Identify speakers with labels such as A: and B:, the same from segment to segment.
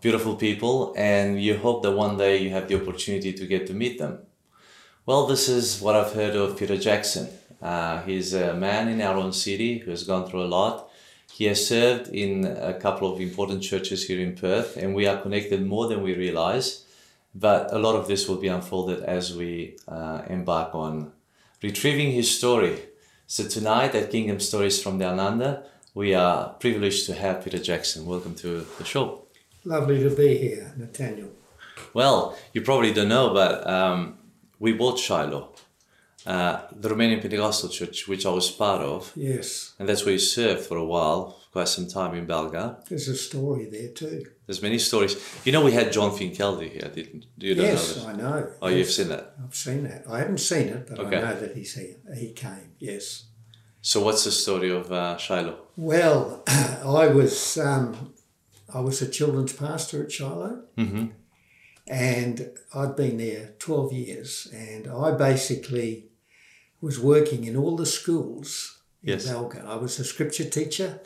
A: beautiful people, and you hope that one day you have the opportunity to get to meet them. Well, this is what I've heard of Peter Jackson. Uh, he's a man in our own city who has gone through a lot. He has served in a couple of important churches here in Perth, and we are connected more than we realize. But a lot of this will be unfolded as we uh, embark on retrieving his story. So, tonight at Kingdom Stories from Down Under, we are privileged to have Peter Jackson. Welcome to the show.
B: Lovely to be here, Nathaniel.
A: Well, you probably don't know, but um, we bought Shiloh, uh, the Romanian Pentecostal church, which I was part of,
B: Yes,
A: and that's where you served for a while, quite some time in Belga.
B: there's a story there too.
A: There's many stories. You know, we had John Finkeldy here, didn't you? Don't
B: yes,
A: know this.
B: I know.
A: Oh, you've
B: yes,
A: seen that.
B: I've seen that. I haven't seen it, but
A: Okay.
B: I know that he's here. He came. Yes.
A: So, what's the story of uh, Shiloh?
B: Well, I was um, I was a children's pastor at Shiloh,
A: Mhm.
B: and I'd been there twelve years, and I basically was working in all the schools in
A: Yes. Mm-hmm.
B: Belga. I was a scripture teacher.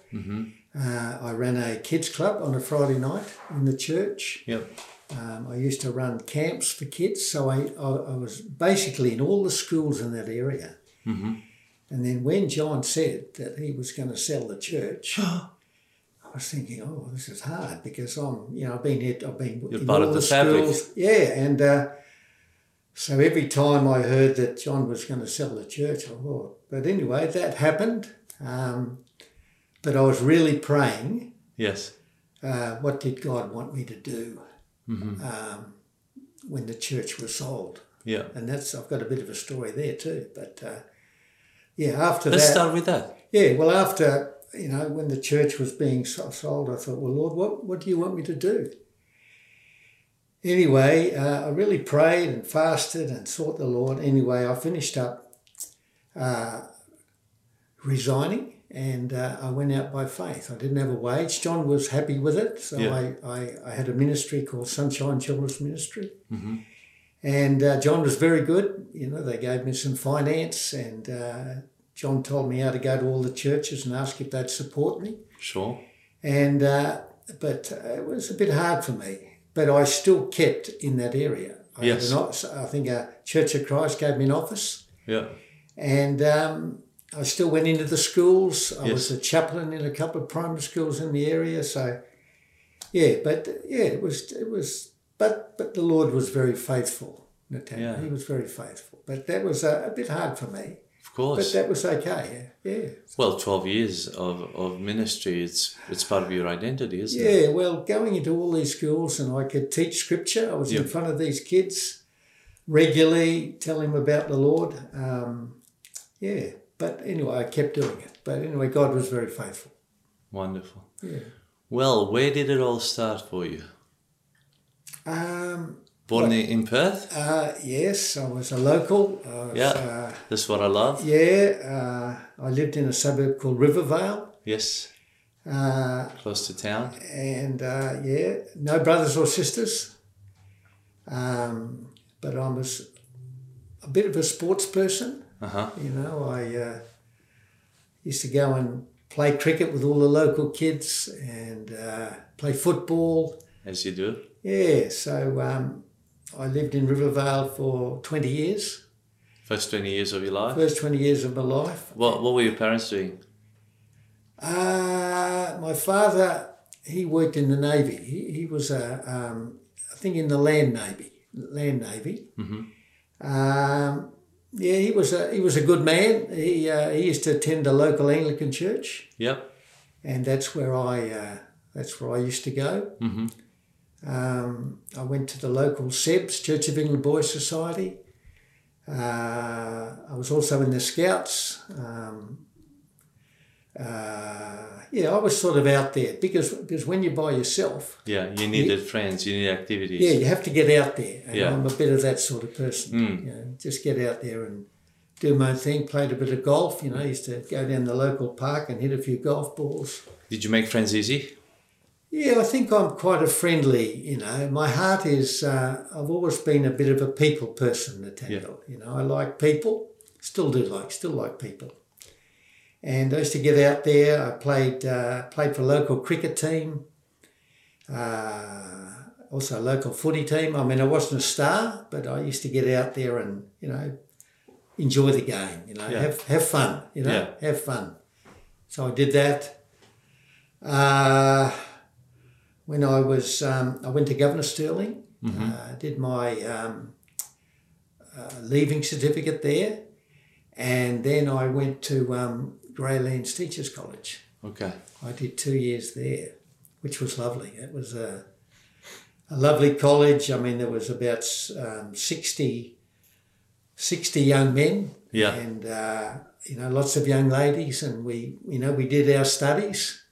B: Uh, I ran a kids club on a Friday night in the church.
A: Yep.
B: Um, I used to run camps for kids, so I, I, I was basically in all the schools in that area. And then when John said that he was going to sell the church, I was thinking, oh, this is hard because I'm, you know, I've been here, I've been
A: You're
B: in
A: part
B: all
A: of
B: the
A: the fabric.
B: schools, yeah. And uh, so every time I heard that John was going to sell the church, I thought. But anyway, that happened. Um, but I was really praying
A: Yes.
B: uh, what did God want me to do
A: Mm-hmm.
B: um, when the church was sold?
A: Yeah.
B: And that's I've got a bit of a story there too. But uh, yeah, after
A: Let's
B: that,
A: start with that.
B: yeah, well, after you know when the church was being so- sold, I thought, well, Lord, what what do you want me to do? Anyway, uh, I really prayed and fasted and sought the Lord. Anyway, I finished up uh, resigning and uh, I went out by faith. I didn't have a wage. John was happy with it. So
A: Yeah.
B: I, I, I had a ministry called Sunshine Children's Ministry. And uh, John was very good. You know, they gave me some finance and uh, John told me how to go to all the churches and ask if they'd support me.
A: Sure.
B: And uh, but uh, it was a bit hard for me. But I still kept in that area. I
A: Yes.
B: Had an, office- I think a Church of Christ gave me an office,
A: Yeah.
B: and um, I still went into the schools. I was
A: Yes.
B: a chaplain in a couple of primary schools in the area. So yeah, but yeah, it was it was. But but the Lord was very faithful, Nathaniel.
A: Yeah.
B: He was very faithful. But that was uh, a, a bit hard for me.
A: Of course.
B: But that was okay. Yeah. yeah.
A: well, 12 years of, of ministry, it's, it's part of your identity, isn't it?
B: Yeah, well, going into all these schools and I could teach scripture. I was in
A: Yeah.
B: front of these kids regularly, telling them about the Lord. Um, yeah, but anyway, I kept doing it. But anyway, God was very faithful.
A: Wonderful.
B: Yeah.
A: Well, where did it all start for you?
B: Um,
A: Born in in Perth?
B: uh, yes, I was a local. I was,
A: Yeah.
B: Uh,
A: That's what I love.
B: yeah, uh, I lived in a suburb called Rivervale.
A: Yes,
B: Uh,
A: close to town.
B: and uh, yeah, no brothers or sisters. Um, but I'm a, s- a bit of a sports person.
A: Uh huh.
B: You know, I uh, used to go and play cricket with all the local kids and uh, play football.
A: As you do.
B: Yeah, so um, I lived in Rivervale for 20 years,
A: First 20 years of your life.
B: first 20 years of my life.
A: What, what were your parents doing?
B: Uh, my father, he worked in the Navy. He, he was, a, um, I think, in the Land Navy. Land Navy. Um, yeah, he was a he was a good man. He uh, he used to attend a local Anglican church,
A: Yep.
B: and that's where I uh, that's where I used to go.
A: Mhm.
B: Um, I went to the local SEBS Church of England Boys Society. Uh, I was also in the Scouts. Um, Uh, yeah, I was sort of out there because because when you're by yourself,
A: Yeah, you needed friends, you needed activities.
B: yeah, you have to get out there. And
A: Yeah.
B: I'm a bit of that sort of person. You know, just get out there and do my own thing. Played a bit of golf. You know, used to go down the local park and hit a few golf balls.
A: Did you make friends easy?
B: Yeah, I think I'm quite a friendly, you know. My heart is, uh, I've always been a bit of a people person, Nathaniel. You know, I like people, still do like, still like people. And I used to get out there, I played, uh, played for local cricket team, uh, also local footy team. I mean, I wasn't a star, but I used to get out there and, you know, enjoy the game, you know,
A: Yeah.
B: have, have fun, you know,
A: Yeah.
B: have fun. So I did that. Uh, when I was, um, I went to Governor Sterling, uh, did my um, uh, leaving certificate there, and then I went to um, Greylands Teachers College.
A: Okay.
B: I did two years there, which was lovely. It was a, a lovely college. I mean, there was about um, 60, 60 young men.
A: Yeah.
B: And, uh, you know, lots of young ladies. And we, you know, we did our studies.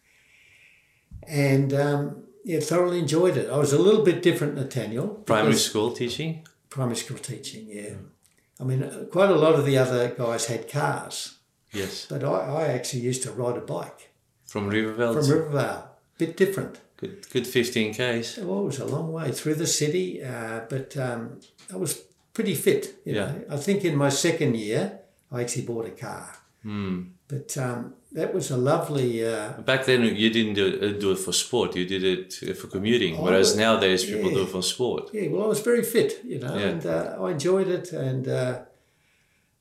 B: And, um, yeah, thoroughly enjoyed it. I was a little bit different, Nathaniel.
A: Primary
B: because-
A: school teaching?
B: Primary school teaching, yeah. I mean, uh, quite a lot of the other guys had cars,
A: Yes.
B: but I, I actually used to ride a bike
A: From Rivervale?
B: from Rivervale. Bit different.
A: good, good 15 Ks.
B: Well, it was a long way through the city, uh, but um, I was pretty fit. You
A: Yeah.
B: know? I think in my second year, I actually bought a car.
A: Hmm.
B: But um, that was a lovely. Uh,
A: Back then, you didn't do it, do it for sport, you did it for commuting, whereas nowadays people do it for sport.
B: Oh, yeah, well, I was very fit, you know,
A: Yeah.
B: and uh, I enjoyed it and uh,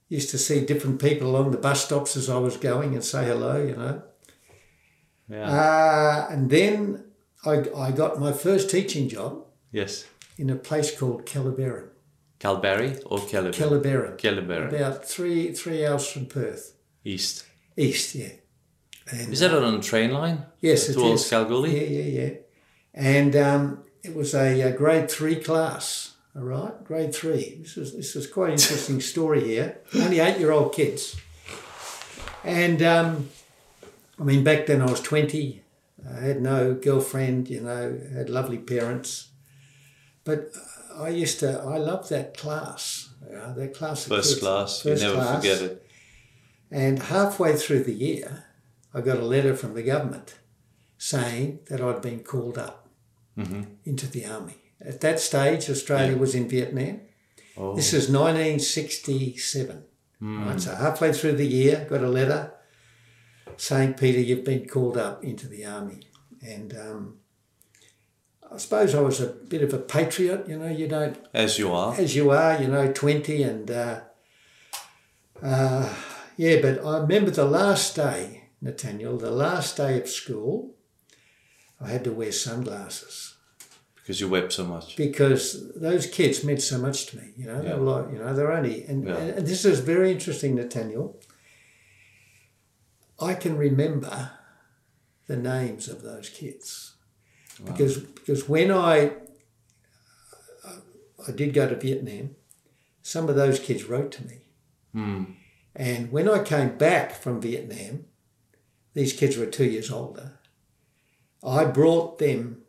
B: used to see different people along the bus stops as I was going and say hello, you know.
A: Yeah.
B: Uh, and then I, I got my first teaching job
A: yes.
B: in a place called Calaveran.
A: Calbarry or Calabar?
B: Calaveran,
A: Calabar,
B: about three three hours from Perth.
A: east.
B: East, yeah. And
A: Is that on a train line?
B: yes, it
A: Towards
B: is.
A: Kalgoorlie?
B: Yeah, yeah, yeah. And um, it was a, uh grade three class. All right, grade three. This is this is quite an interesting story here. Only eight year old kids. And um, I mean, back then I was twenty. I had no girlfriend. You know, had lovely parents. But I used to. I loved that class. Uh, that class. of
A: First
B: kids.
A: class,
B: First
A: you never
B: class.
A: forget it.
B: And halfway through the year, I got a letter from the government saying that I'd been called up into the army. At that stage, Australia was in Vietnam.
A: Oh.
B: This is 1967. Right, so halfway through the year, got a letter saying, Peter, you've been called up into the army. And um, I suppose I was a bit of a patriot, you know, you don't
A: As you are.
B: as you are, you know, 20 and uh, uh, yeah, but I remember the last day, Nathaniel, the last day of school, I had to wear sunglasses
A: Because you wept so much.
B: because those kids meant so much to me, you know, they were like, you know, they're only, and,
A: Yeah.
B: and this is very interesting, Nathaniel. I can remember the names of those kids because because when I I did go to Vietnam, some of those kids wrote to me,
A: Hmm.
B: and when I came back from Vietnam, these kids were two years older. I brought them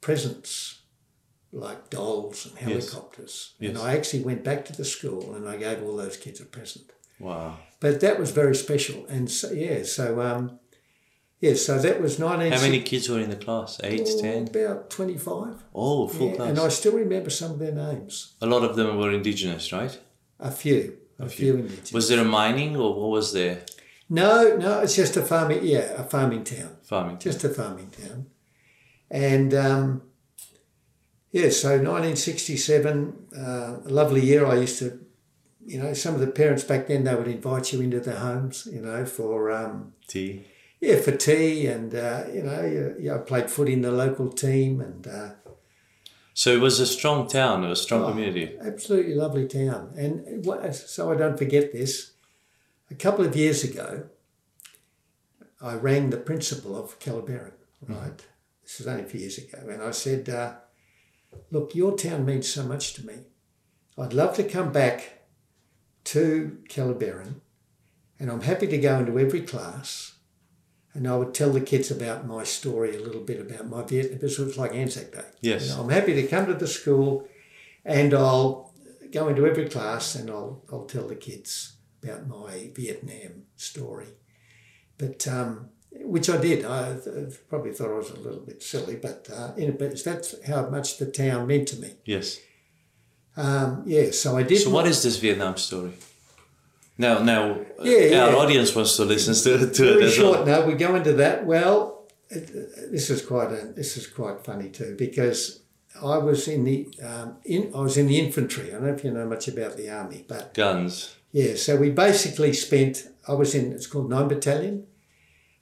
B: presents like dolls and
A: Yes.
B: helicopters, and
A: Yes.
B: I actually went back to the school and I gave all those kids a present
A: Wow.
B: but that was very special and so, yeah so um yeah so that was 19
A: How many kids were in the class? Eight, ten?
B: about 25
A: Oh, full
B: Oh. yeah,
A: class.
B: and i still remember some of their names
A: A lot of them were indigenous, right?
B: a few a, few, indigenous.
A: Was there a mining or what was there?
B: no no it's just a farming yeah a farming town
A: Farming.
B: just a farming town and um yeah so 1967 uh, a lovely year i used to you know some of the parents back then they would invite you into their homes you know for um
A: tea.
B: yeah, for tea, and uh, you know, yeah, yeah, I played foot in the local team, and uh,
A: So it was a strong town, a strong
B: Ah.
A: community.
B: absolutely lovely town. And it wa- so I don't forget this. A couple of years ago, I rang the principal of Calabaran, right? This was only a few years ago, and I said, uh, "Look, your town means so much to me. I'd love to come back to Calabaran, and I'm happy to go into every class and I would tell the kids about my story a little bit about my Vietnam because it was like Anzac Day.
A: Yes.
B: You know, I'm happy to come to the school and I'll go into every class and I'll, I'll tell the kids about my Vietnam story. But, um, which I did. I th- probably thought I was a little bit silly, but, uh, in, but that's how much the town meant to me.
A: Yes.
B: Um, yeah, so I did.
A: So what is this Vietnam story? Now, now, uh,
B: Yeah,
A: our
B: yeah.
A: audience wants to listen to, to it
B: Very
A: as
B: short
A: well.
B: note. We go into that. Well, it- this is quite a, this is quite funny too because I was in the um, in I was in the infantry. I don't know if you know much about the army, but
A: Guns.
B: yeah. So we basically spent. I was in. It's called nine battalion.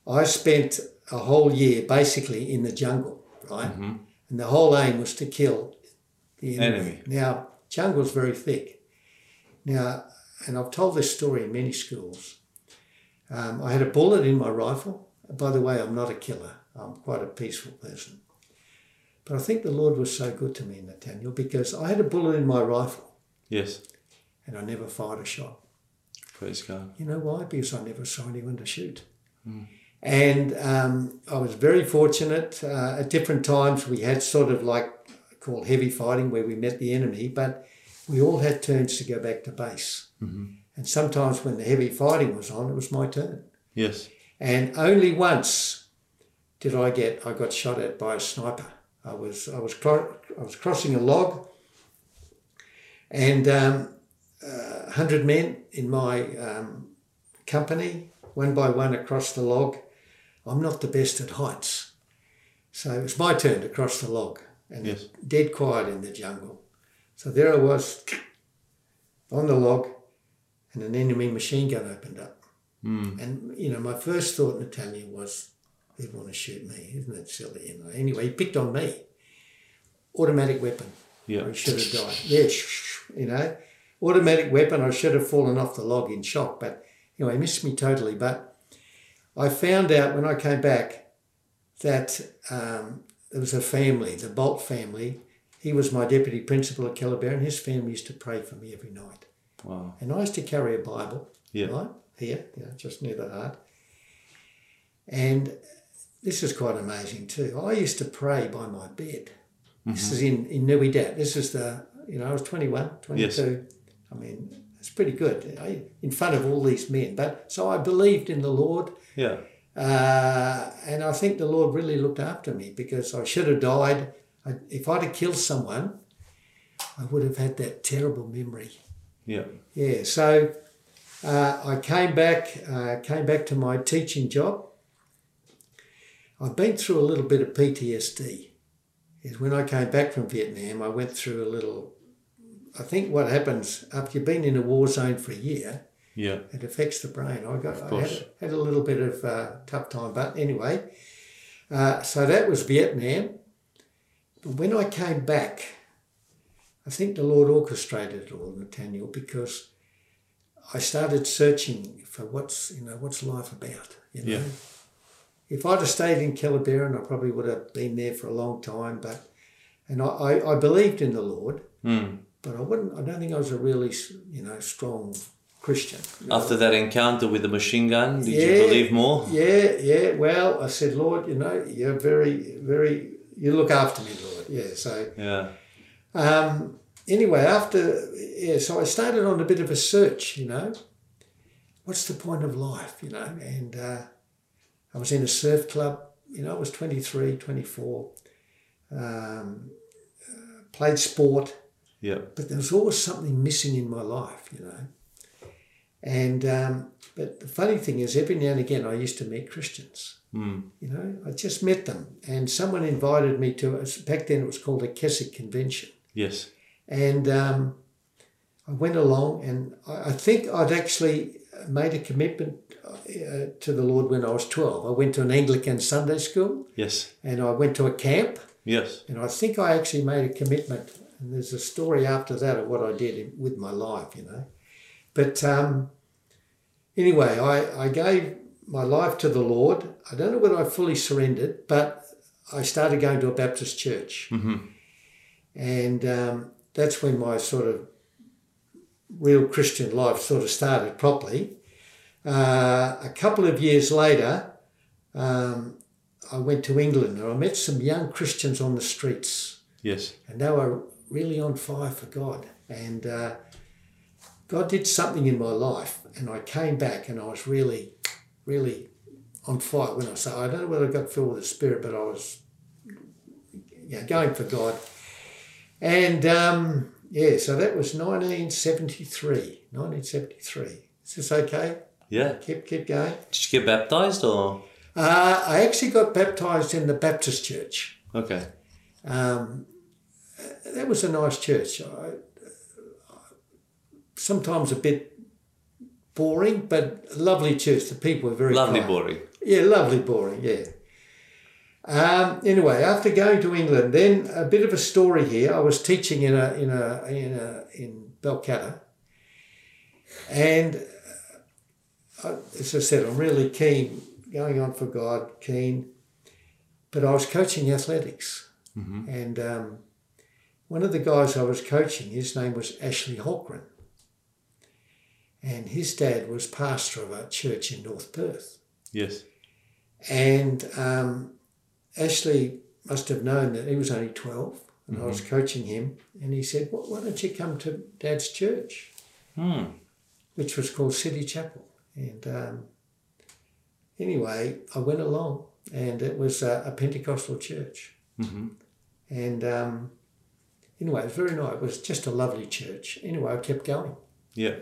B: I spent a whole year basically in the jungle, right? And the whole aim was to kill the enemy.
A: Enemy.
B: Now jungle's very thick. Now, and I've told this story in many schools. Um, I had a bullet in my rifle. By the way, I'm not a killer. I'm quite a peaceful person. But I think the Lord was so good to me, Nathaniel, because I had a bullet in my rifle
A: Yes.
B: and I never fired a shot.
A: Praise God.
B: You know why? Because I never saw anyone to shoot. And um, I was very fortunate. Uh, at different times, we had sort of like called heavy fighting where we met the enemy, but we all had turns to go back to base. And sometimes when the heavy fighting was on, it was my turn.
A: Yes.
B: and only once did I get I got shot at by a sniper. I was I was cro- I was crossing a log, and um, uh, hundred men in my um, company, one by one across the log. I'm not the best at heights, so it was my turn to cross the log, and
A: Yes.
B: dead quiet in the jungle. So there I was on the log, and an enemy machine gun opened up.
A: Hmm.
B: And you know, my first thought, Natalia, was they'd want to shoot me. Isn't that silly? You know. Anyway, he picked on me. Automatic weapon.
A: Yeah.
B: I should have died. Yeah, you know, automatic weapon. I should have fallen off the log in shock. But anyway, he missed me totally. But I found out when I came back that um, there was a family, the Bolt family. He was my deputy principal at Calabar, and his family used to pray for me every night.
A: Wow.
B: And I used to carry a Bible,
A: Yeah.
B: right, here, you know, just near the heart. And this is quite amazing too. I used to pray by my bed. This is in, in Nui Dat. This is the, you know, I was 21, 22. I mean, it's pretty good I, in front of all these men. But so I believed in the Lord.
A: Yeah.
B: Uh, and I think the Lord really looked after me because I should have died. I, if I'd have killed someone, I would have had that terrible memory.
A: Yeah.
B: Yeah, so uh, I came back, uh, came back to my teaching job. I've been through a little bit of PTSD. Is when I came back from Vietnam, I went through a little. I think what happens after you've been in a war zone for a year,
A: Yeah.
B: it affects the brain. I got I
A: course.
B: had, had a little bit of uh, tough time, but anyway, uh, so that was Vietnam. But when I came back, I think the Lord orchestrated it all, Nathaniel, because I started searching for what's you know what's life about. You know,
A: Yeah.
B: if I'd have stayed in Calabaran, I probably would have been there for a long time. But and I, I, I believed in the Lord,
A: Mm.
B: but I wouldn't. I don't think I was a really you know strong Christian.
A: After that encounter with the machine gun, did
B: Yeah.
A: you believe more?
B: Yeah, yeah. Well, I said, Lord, you know, you're very, very, you look after me, Lord. Yeah. So,
A: Yeah.
B: um, anyway, after, yeah, so I started on a bit of a search, you know. What's the point of life, you know? And uh, I was in a surf club, you know, I was 23, 24, um, uh, played sport,
A: Yeah.
B: but there was always something missing in my life, you know. And, um, but the funny thing is, every now and again, I used to meet Christians
A: Mm.
B: you know, I just met them, and someone invited me to. Back then, it was called a Keswick convention,
A: Yes.
B: and um, I went along, and I, I think I'd actually made a commitment uh, to the Lord when I was twelve. I went to an Anglican Sunday school,
A: Yes.
B: and I went to a camp,
A: Yes.
B: and I think I actually made a commitment. And there's a story after that of what I did in, with my life, you know. But um, anyway, I, I gave my life to the Lord. I don't know whether I fully surrendered, but I started going to a Baptist church.
A: Mm-hmm.
B: And um, that's when my sort of real Christian life sort of started properly. Uh, a couple of years later, um, I went to England and I met some young Christians on the streets,
A: Yes.
B: and they were really on fire for God. And uh, God did something in my life, and I came back and I was really, really on fire when I say I don't know whether I got filled with the Spirit, but I was yeah, going for God. And um, yeah, so that was 1973. 1973. Is this okay?
A: Yeah.
B: Keep keep going.
A: Did you get baptized or?
B: Uh, I actually got baptised in the Baptist church.
A: Okay.
B: Um, uh, that was a nice church. I, uh, sometimes a bit boring, but a lovely church. The people were very
A: Lovely
B: kind.
A: boring.
B: Yeah, lovely boring. Yeah. Um, anyway, after going to England, then a bit of a story here. I was teaching in a in a in a in Balcatta, and uh, I, as I said, I'm really keen, going on for God, keen. But I was coaching athletics, and um, one of the guys I was coaching, his name was Ashley Holgren, and his dad was pastor of a church in North Perth.
A: Yes.
B: And um, Ashley must have known that he was only 12 and I was coaching him. And he said, well, Why don't you come to Dad's church?
A: Hmm.
B: Which was called City Chapel. And um, anyway, I went along and it was a, a Pentecostal church.
A: Mhm.
B: And um, anyway, it was very nice. It was just a lovely church. Anyway, I kept going
A: Yeah.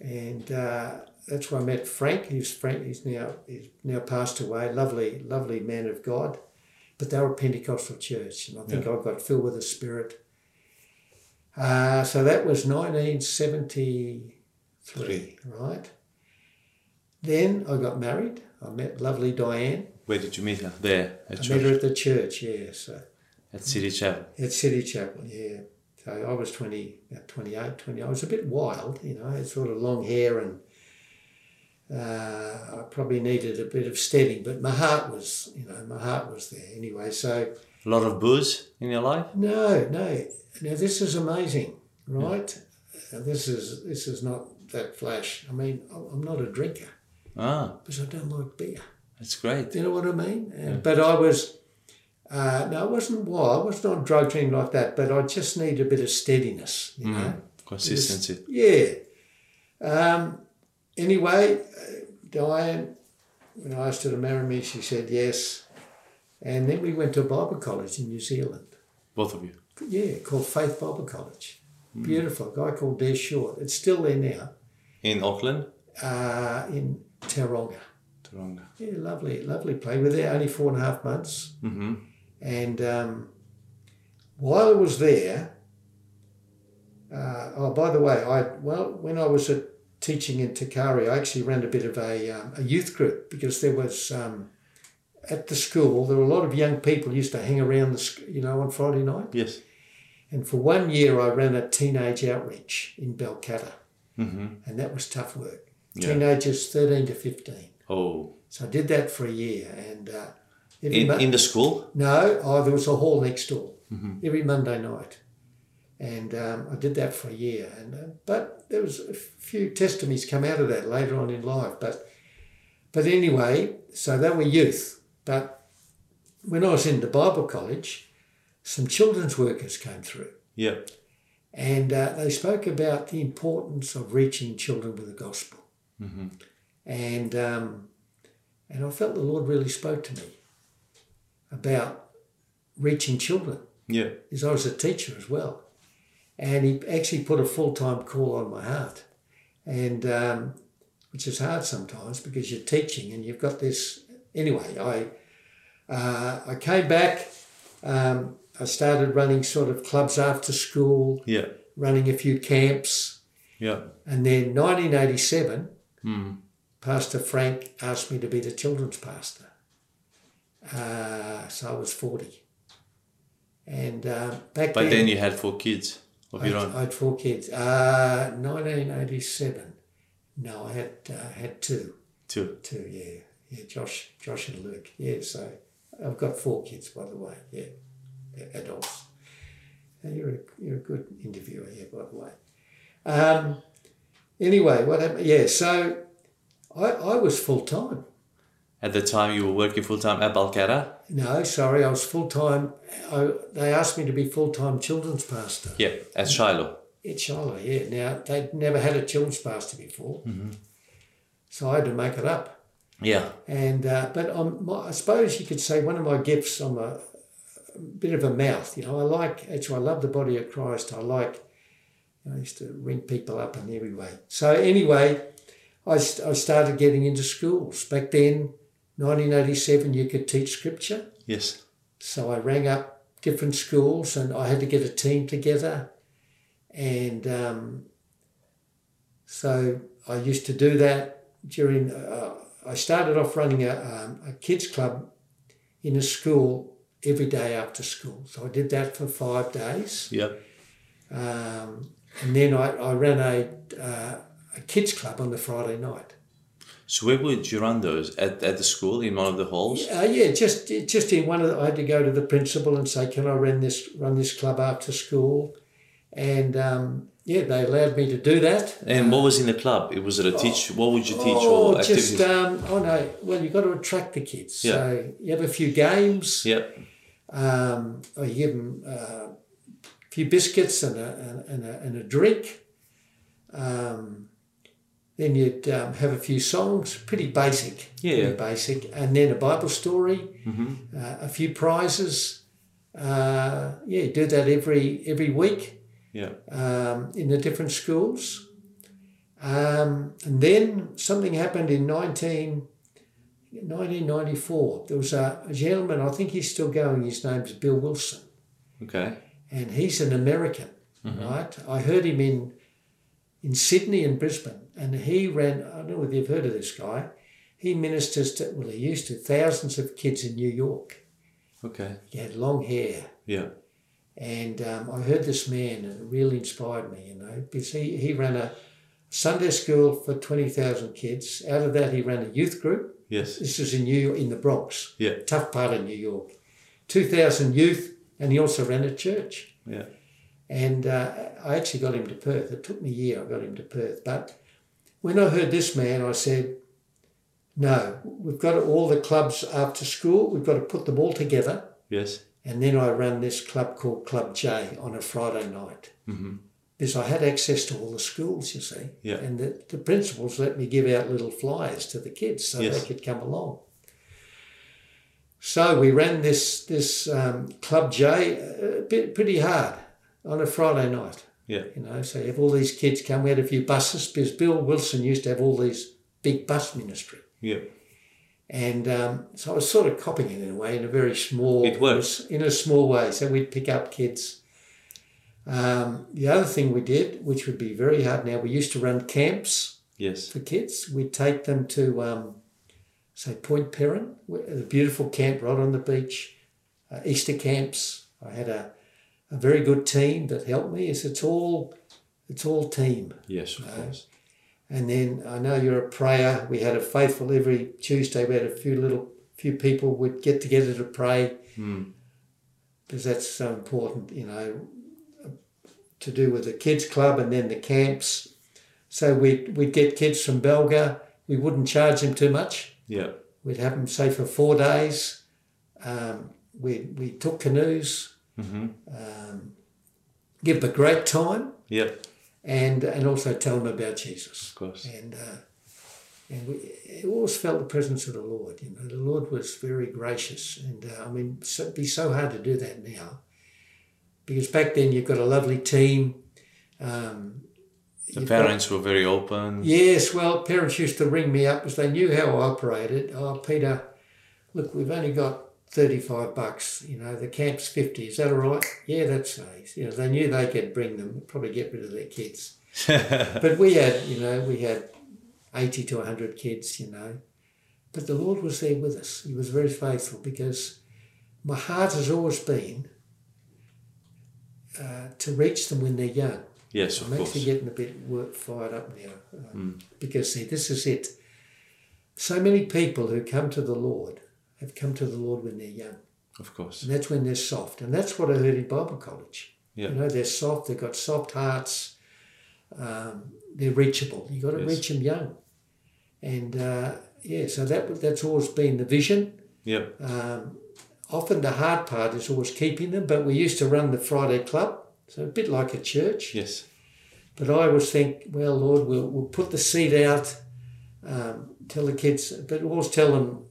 B: and uh, that's where I met Frank. He's Frank. He's now he's now passed away. Lovely, lovely man of God. But they were a Pentecostal church, and I think I got filled with the Spirit. Uh, so that was 1973,
A: Three.
B: right? Then I got married. I met lovely Diane.
A: Where did you meet her? There at
B: I met her
A: church.
B: at the church. Yeah, so
A: At City Chapel.
B: at City Chapel, yeah. So I was 20, about 28, 20. I was a bit wild, you know, I had sort of long hair and uh, I probably needed a bit of steadying, but my heart was, you know, my heart was there anyway. So,
A: A lot of booze in your life.
B: no, no. Now this is amazing, right? Uh, This is this is not that flash. I mean, I- I'm not a drinker
A: Ah,
B: because I don't like beer.
A: that's great.
B: You know what I mean? Uh, But I was, uh, no, I wasn't wild. I was not drug drinking like that, but I just need a bit of steadiness, you know?
A: Consistency.
B: Yeah. Um, anyway, uh, Diane, when I asked her to marry me, she said yes. And then we went to a Bible college in New Zealand.
A: Both of you.
B: Yeah, called Faith Bible College. Beautiful. A guy called Des Short. It's still there now
A: In Auckland.
B: uh, in Taronga.
A: Taronga.
B: Yeah, lovely, lovely place. We were there only four and a half months.
A: Mm-hmm.
B: And um, while I was there, uh, oh, by the way, I well, when I was at teaching in Takari, I actually ran a bit of a, um, a youth group because there was um, at the school there were a lot of young people used to hang around the sc- you know on Friday night.
A: Yes.
B: And for one year, I ran a teenage outreach in Belcatta,
A: Mm-hmm.
B: and that was tough work.
A: Yeah.
B: Teenagers thirteen to fifteen.
A: Oh.
B: So I did that for a year, and uh, every
A: In,
B: month-
A: in the school.
B: no, oh, there was a hall next door every Monday night, and um, I did that for a year. And uh, but there was a few testimonies come out of that later on in life. But but anyway, so they were youth. But when I was in the Bible college, some children's workers came through,
A: Yeah.
B: and uh, they spoke about the importance of reaching children with the gospel. And um, and I felt the Lord really spoke to me about reaching children
A: Yeah.
B: is I was a teacher as well. And he actually put a full time call on my heart, and um, which is hard sometimes because you're teaching and you've got this. Anyway, I uh, I came back. Um, I started running sort of clubs after school,
A: Yeah.
B: running a few camps,
A: Yeah.
B: and then 1987,
A: Mm.
B: Pastor Frank asked me to be the children's pastor. Uh, so I was 40. And uh, back
A: But then you had four kids of your
B: I,
A: own.
B: I had four kids. Uh, 1987. No, I had uh, had two.
A: Two.
B: Two, yeah. Yeah, Josh, Josh and Luke. Yeah, so I've got four kids, by the way. Yeah, They're adults. Uh, You're a, you're a good interviewer here, by the way. Um, anyway, what happened? Yeah, so I, I was full time.
A: At the time, you were working full time at Balcara.
B: No, sorry, I was full time. They asked me to be full time children's pastor
A: Yeah,
B: Mm-hmm.
A: at Shiloh.
B: at Shiloh. Yeah, now they'd never had a children's pastor before, so I had to make it up.
A: Yeah,
B: And uh, but I'm, my, I suppose you could say one of my gifts. I'm a, a bit of a mouth. You know, I like actually I love the body of Christ. I like. you know, I used to ring people up in every way. So anyway, I, st- I started getting into schools back then. 1987, you could teach scripture.
A: yes.
B: So I rang up different schools and I had to get a team together. And um, so I used to do that during, uh, I started off running a, um, a kids' club in a school every day after school. So I did that for five days.
A: Yep.
B: Um, and then I, I ran a, uh, a kids' club on the Friday night.
A: So where would you run those? At, at the school, in one of the halls?
B: Uh, yeah, just just in one of the, I had to go to the principal and say, can I run this run this club after school? And um, yeah, they allowed me to do that.
A: And what was in the club? It was it a teach? What would you teach?
B: Oh,
A: or
B: just um, oh no, well you've got to attract the kids.
A: Yeah.
B: So you have a few games.
A: Yep.
B: Um, or you give them uh, a few biscuits and a and- and a, and a drink. Um, then you'd um, have a few songs, pretty basic,
A: Yeah. Mm-hmm.
B: pretty basic, and then a Bible story, uh, a few prizes. Uh, yeah, you do that every every week
A: Yeah.
B: um, in the different schools. Um, and then something happened in 19, 1994. There was a, a gentleman, I think he's still going, his name's Bill Wilson,
A: Okay.
B: and he's an American, right? I heard him in, in Sydney and Brisbane, and he ran, I don't know whether you've heard of this guy, he ministers to, well, he used to thousands of kids in New York.
A: Okay.
B: He had long hair,
A: Yeah.
B: and um, I heard this man and it really inspired me, you know, because he, he ran a Sunday school for 20,000 kids. Out of that, he ran a youth group.
A: Yes.
B: This was in New York, in the Bronx,
A: Yeah.
B: tough part of New York. 2,000 youth, and he also ran a church.
A: Yeah.
B: And uh, I actually got him to Perth. It took me a year, I got him to Perth. But when I heard this man, I said, no, we've got all the clubs after school, we've got to put them all together.
A: Yes.
B: And then I ran this club called Club J on a Friday night. Mm-hmm. Because I had access to all the schools, you see.
A: Yeah.
B: And the, the principals let me give out little flyers to the kids so
A: Yes.
B: they could come along. So we ran this, this um, Club J uh, bit, pretty hard on a Friday night.
A: Yeah.
B: You know, so you have all these kids come. We had a few buses because Bill Wilson used to have all these big bus ministry.
A: Yeah.
B: And um, so I was sort of copying it in a way, in a very small,
A: It works.
B: in a small way. So we'd pick up kids. Um, the other thing we did, which would be very hard now, we used to run camps
A: Yes.
B: for kids. We'd take them to, um, say, Point Perrin, wh- the beautiful camp right on the beach, uh, Easter camps. I had a, a very good team that helped me. It's, it's all, it's all team.
A: Yes.
B: Uh,
A: Of course.
B: And then I know you're a prayer. We had a faithful every Tuesday. We had a few little few people would get together to pray because that's so important, you know, to do with the kids club and then the camps. So we'd, we'd get kids from Belga. We wouldn't charge them too much.
A: Yeah.
B: We'd have them say for four days. Um, we, we took canoes,
A: Mm-hmm.
B: um, give them a great time,
A: Yeah.
B: and and also tell them about Jesus
A: Of course.
B: and uh, and we it always felt the presence of the Lord. You know, the Lord was very gracious, and uh, I mean, so, it'd be so hard to do that now, because back then you've got a lovely team. Um,
A: The
B: you've got-
A: parents were very open.
B: Yes, well, parents used to ring me up because they knew how I operated. Oh, Peter, look, we've only got 35 bucks. You know, the camp's 50. Is that all right? Yeah, that's nice. You know, they knew they could bring them, probably get rid of their kids. but we had, you know, we had 80 to 100 kids, you know. But the Lord was there with us. He was very faithful because my heart has always been uh, to reach them when they're young.
A: Yes. Of
B: I'm actually
A: course. Hmm.
B: getting a bit work fired up now uh, because see, this is it. So many people who come to the Lord have come to the Lord when they're young,
A: Of course.
B: and that's when they're soft, and that's what I heard in Bible college.
A: Yeah.
B: You know, they're soft. They've got soft hearts. Um, they're reachable. You got to
A: Yes.
B: reach them young, and uh, yeah, so that that's always been the vision.
A: Yep.
B: Um, often the hard part is always keeping them, but we used to run the Friday club, so a bit like a church.
A: Yes.
B: But I always think, well, Lord, we'll, we'll put the seed out, um, tell the kids, but always tell them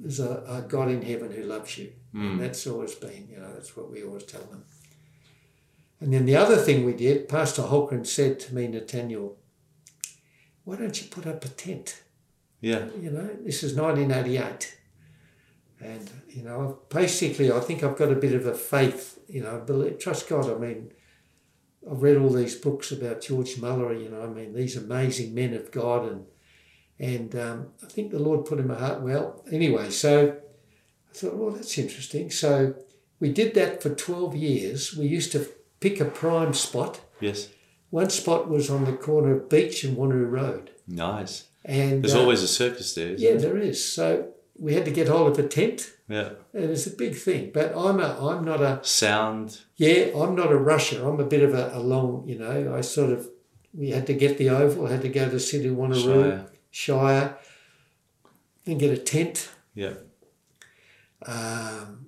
B: there's a, a God in heaven who loves you. And that's always been, you know, that's what we always tell them. And then the other thing we did, Pastor Holkran said to me, Nathaniel, why don't you put up a tent?
A: Yeah.
B: You know, this is 1988. And, you know, basically, I think I've got a bit of a faith, you know, believe, trust God. I mean, I've read all these books about George Mallory, you know, I mean, these amazing men of God. And, and um, I think the Lord put in my heart, well, anyway, so I thought, well, that's interesting. So we did that for 12 years. We used to pick a prime spot.
A: Yes.
B: One spot was on the corner of Beach and Wanneroo Road.
A: Nice.
B: And
A: There's
B: uh,
A: always a circus there. Isn't
B: yeah,
A: There?
B: there is. So we had to get hold of a tent.
A: Yeah.
B: And it's a big thing. But I'm a, I'm not a,
A: Sound.
B: yeah, I'm not a rusher. I'm a bit of a, a long, you know, I sort of, we had to get the oval, had to go to City Wanneroo,
A: Shire.
B: Shire. then get a tent,
A: Yeah.
B: um,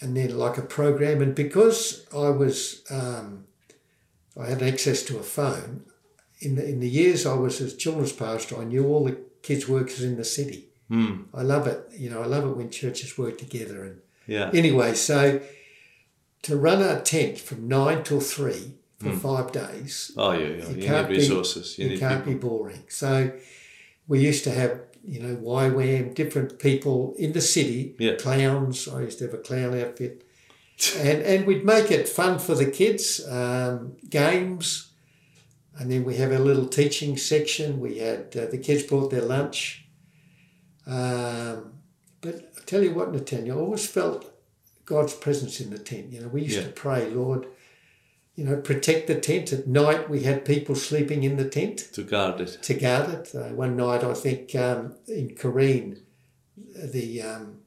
B: and then like a program. And because I was, um, I had access to a phone. In the, in the years I was as children's pastor, I knew all the kids' workers in the city.
A: Hmm.
B: I love it. You know, I love it when churches work together and
A: Yeah.
B: Anyway, so to run a tent from nine till three for
A: Hmm.
B: five days,
A: Oh, yeah. yeah.
B: It
A: You need
B: can't be-
A: resources. You
B: it
A: need
B: can't
A: people.
B: be boring. So we used to have, you know, YWAM, different people in the city,
A: Yeah.
B: clowns. I used to have a clown outfit. and, and we'd make it fun for the kids, um, games. And then we have a little teaching section. We had uh, the kids brought their lunch. Um, but I tell you what, Nathaniel, I always felt God's presence in the tent. You know, we used
A: Yeah.
B: to pray, Lord, you know, protect the tent. At night, we had people sleeping in the tent
A: to guard it.
B: to guard it. Uh, one night, I think um, in Kareen, the um,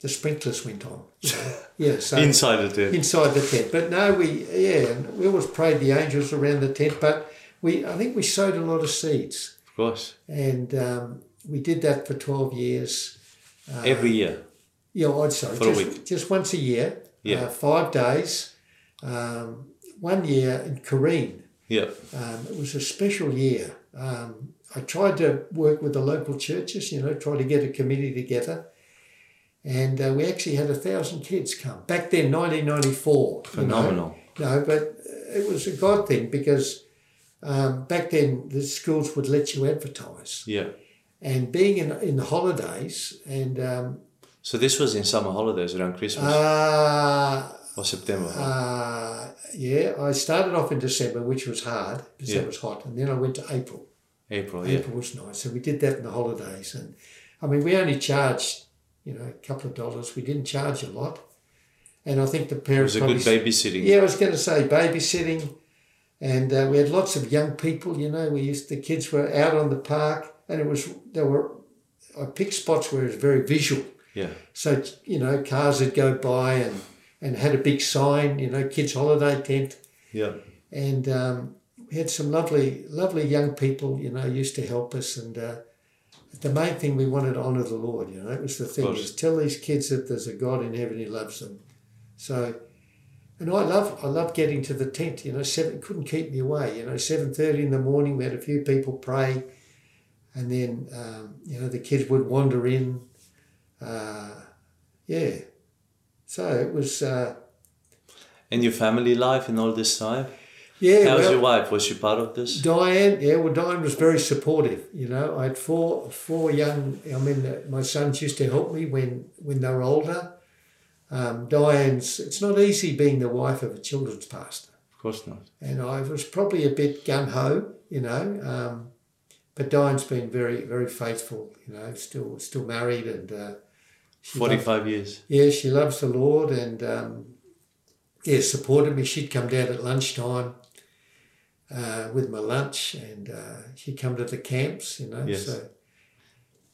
B: the sprinklers went on. yeah, so
A: Inside it. Yeah.
B: inside the tent. But no, we yeah, and we always prayed the angels around the tent. But we, I think we sowed a lot of seeds,
A: Of course.
B: and um, we did that for twelve years. Uh,
A: Every year.
B: Yeah, I'd say
A: For a
B: just,
A: week.
B: just once a year.
A: Yeah.
B: uh, five days. Um, one year in Kareen.
A: Yeah.
B: Um, it was a special year. Um, I tried to work with the local churches, you know, try to get a committee together. And uh, we actually had a thousand kids come back then, 1994. you know.
A: Phenomenal.
B: No, but it was a God thing because um, back then the schools would let you advertise.
A: Yeah.
B: And being in, in the holidays and um,
A: So this was in summer holidays around Christmas
B: uh,
A: or September. huh?
B: uh, yeah, I started off in December, which was hard because
A: Yeah.
B: it was hot. And then I went to April.
A: April. Yeah.
B: April was nice. So we did that in the holidays. And I mean, we only charged, you know, a couple of dollars. We didn't charge a lot. And I think the
A: It
B: parents
A: was a
B: probably
A: good
B: said-
A: babysitting.
B: yeah, I was going to say babysitting, and uh, we had lots of young people. You know, we used the kids were out on the park, and it was there were I picked spots where it was very visual.
A: Yeah.
B: So you know, cars would go by and and had a big sign. You know, kids holiday tent,
A: Yeah.
B: and um, we had some lovely lovely young people. You know, used to help us and. Uh, the main thing we wanted to honour the Lord, you know, it was the thing.
A: course.
B: Is tell these kids that there's a God in heaven who loves them. So, and I love I love getting to the tent. You know, seven couldn't keep me away. You know, seven thirty in the morning, we had a few people pray, and then um, you know the kids would wander in. Uh, yeah, so it was. Uh,
A: And your family life in all this time?
B: yeah,
A: How's
B: well-
A: your wife? Was she part of this?
B: Diane, yeah, well, Diane was very supportive. You know, I had four four young. I mean, uh, my sons used to help me when when they were older. Um, Diane's. It's not easy being the wife of a children's pastor,
A: Of course not.
B: and I was probably a bit gun ho, you know. Um, but Diane's been very very faithful. You know, still still married and. Uh, she loves-
A: 45 years.
B: yeah, she loves the Lord and um, yeah, supported me. She'd come down at lunchtime uh, with my lunch, and uh, she'd come to the camps, you know.
A: Yes.
B: So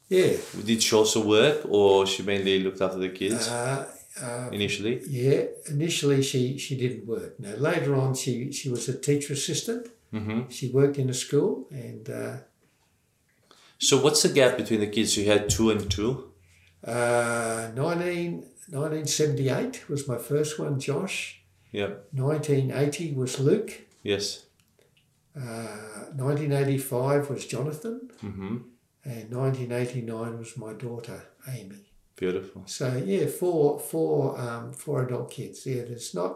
B: yeah,
A: Did she also work or she mainly looked after the kids
B: uh, uh,
A: initially?
B: yeah. Initially, she she didn't work. Now later on, she she was a teacher assistant.
A: hmm
B: She worked in a school, and uh,
A: So what's the gap between the kids? You had two and two.
B: Uh, 19, 1978 was my first one, Josh.
A: Yeah.
B: 1980 was Luke.
A: Yes.
B: Uh, 1985 was Jonathan,
A: Mm-hmm.
B: and 1989 was my daughter, Amy.
A: Beautiful.
B: So yeah, four four um, four adult kids. Yeah, there's not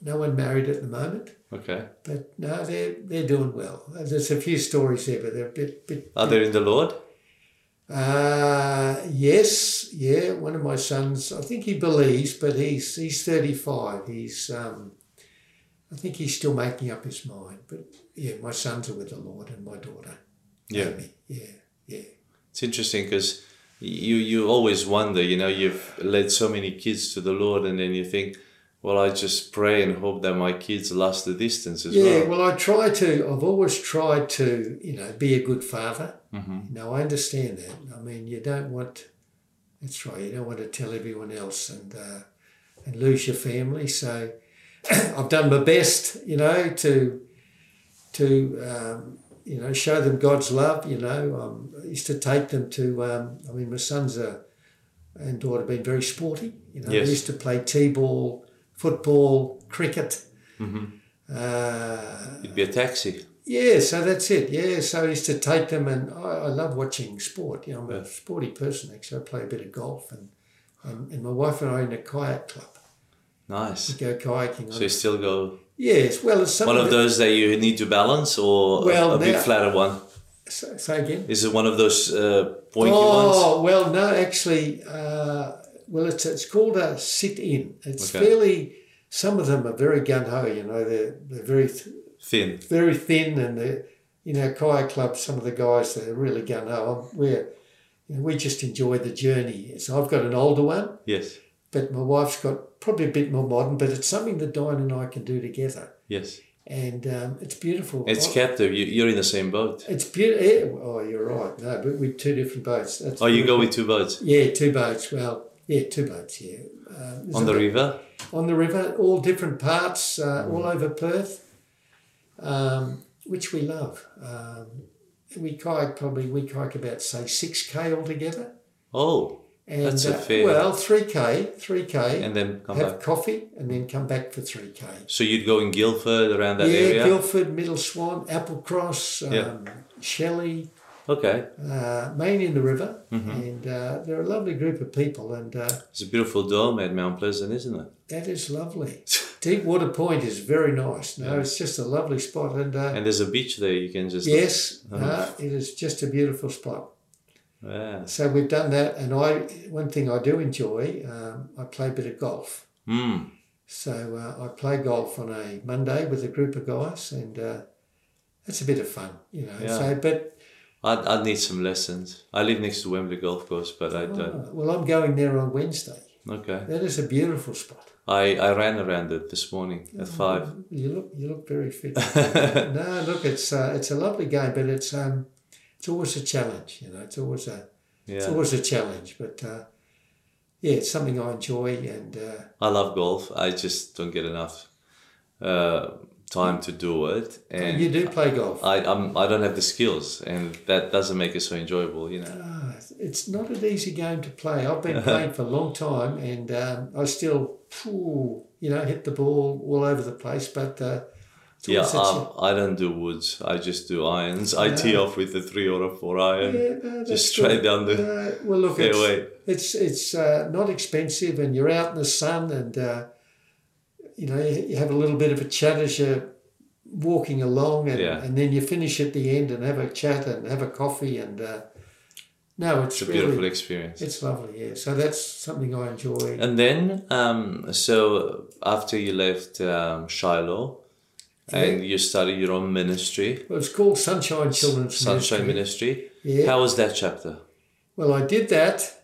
B: no one married at the moment,
A: Okay.
B: but no, they're they're doing well. There's a few stories there, but they're a bit bit.
A: Are they in the Lord?
B: Uh, yes, yeah. One of my sons, I think he believes, but he's he's 35. He's um, I think he's still making up his mind. But yeah, my sons are with the Lord, and my daughter. Amy. Yeah. Yeah.
A: It's interesting because you you always wonder, you know, you've led so many kids to the Lord, and then you think, well, I just pray and hope that my kids last the distance as
B: Yeah.
A: well.
B: Well, I try to. I've always tried to, you know, be a good father.
A: Mm-hmm.
B: You know, I understand that. I mean, you don't want. That's right. You don't want to tell everyone else and uh, and lose your family. So, I've done my best. You know, to to um, you know show them God's love. You know, um, I used to take them to. Um, I mean, my sons are and daughter been very sporty. You know,
A: Yes.
B: they used to play t-ball, football, cricket.
A: Mm-hmm.
B: Uh,
A: It'd be a taxi.
B: yeah, so that's it. Yeah, so I used to take them, and I, I love watching sport. You know, I'm
A: Yeah.
B: a sporty person actually. I play a bit of golf, and um, and my wife and I are in a kayak club. We
A: Nice.
B: go kayaking.
A: So you still go
B: yes, well, it's some
A: one of
B: the.
A: those that you need to balance, or a-
B: Well,
A: a, bit
B: now-
A: flatter one.
B: Say, say again.
A: Is it one of those uh, pointy ones?
B: Oh well, no, actually, uh, well, it's it's called a sit-in. It's
A: Okay.
B: fairly. Some of them are very gun ho. You know, they're they're very th-
A: Thin.
B: very thin, and the you know kayak club. Some of the guys that are really gun ho. We're you know, we just enjoy the journey. So I've got an older one,
A: Yes.
B: but my wife's got probably a bit more modern. But it's something that Diane and I can do together,
A: Yes.
B: and um, it's beautiful.
A: It's
B: I-
A: captive. You, you're in the same boat.
B: It's beautiful. Oh, you're right. No, but with two different boats. That's
A: Oh, you
B: beautiful.
A: go with two boats
B: Yeah, two boats. Well, yeah, two boats. Yeah, uh,
A: on the
B: river.
A: river.
B: on the river, all different parts, uh,
A: Mm.
B: all over Perth, um, which we love. Um, we kayak probably we kayak about say six k altogether.
A: Oh,
B: And,
A: That's a
B: uh,
A: fair-
B: well, three k, three k,
A: and then come
B: have
A: back.
B: coffee, and then come back for three k.
A: So you'd go in Guildford around that
B: yeah,
A: area.
B: Guildford, Middle Swan, Applecross, um,
A: Yeah.
B: Shelley,
A: Okay,
B: uh, mainly in the river,
A: Mm-hmm.
B: and uh, they're a lovely group of people, and. Uh,
A: it's a beautiful dome at Mount Pleasant, isn't it?
B: That is lovely. Deepwater Point is very nice. No, it's just a lovely spot, and, uh,
A: And there's a beach there. You can just
B: yes,
A: Uh-huh.
B: uh, it is just a beautiful spot.
A: Yeah.
B: So we've done that, and I one thing I do enjoy, um, I play a bit of golf.
A: Mm.
B: So uh, I play golf on a Monday with a group of guys, and uh, that's a bit of fun, you know.
A: Yeah.
B: So, but
A: I'd, I'd need some lessons. I live next to Wembley Golf Course, but I don't.
B: oh, well, I'm going there on Wednesday.
A: Okay.
B: That is a beautiful spot.
A: I, I ran around it this morning at
B: Oh.
A: five.
B: You look, you look very fit. no, look, it's uh, it's a lovely game, but it's um, it's always a challenge. You know, it's always a it's
A: Yeah.
B: always a challenge. But uh, yeah, it's something I enjoy, and uh,
A: I love golf. I just don't get enough uh, time to do it. And
B: you do play golf.
A: I I'm, I don't have the skills, and that doesn't make it so enjoyable, you know.
B: Ah, it's not an easy game to play. I've been playing for a long time, and um, I still, phew, you know, hit the ball all over the place. But uh, it's
A: Yeah,
B: always a
A: um, I don't do woods. I just do irons. I tee off with a three or a four
B: cha-
A: iron.
B: Yeah, no, that's
A: just straight
B: good.
A: down the
B: Uh, well, look, it's,
A: fairway.
B: it's it's uh, not expensive, and you're out in the sun, and uh, you know you, you have a little bit of a chat as you're walking along, and,
A: Yeah.
B: and then you finish at the end and have a chat and have a coffee, and uh, no, it's,
A: It's a
B: really,
A: beautiful experience.
B: it's lovely, yeah. So that's something I enjoy.
A: And then, um, so after you left um, Shiloh, and you started your own ministry,
B: Well, it's called Sunshine Children's
A: Sunshine
B: Ministry.
A: Ministry.
B: Yeah.
A: How was that chapter?
B: Well, I did that.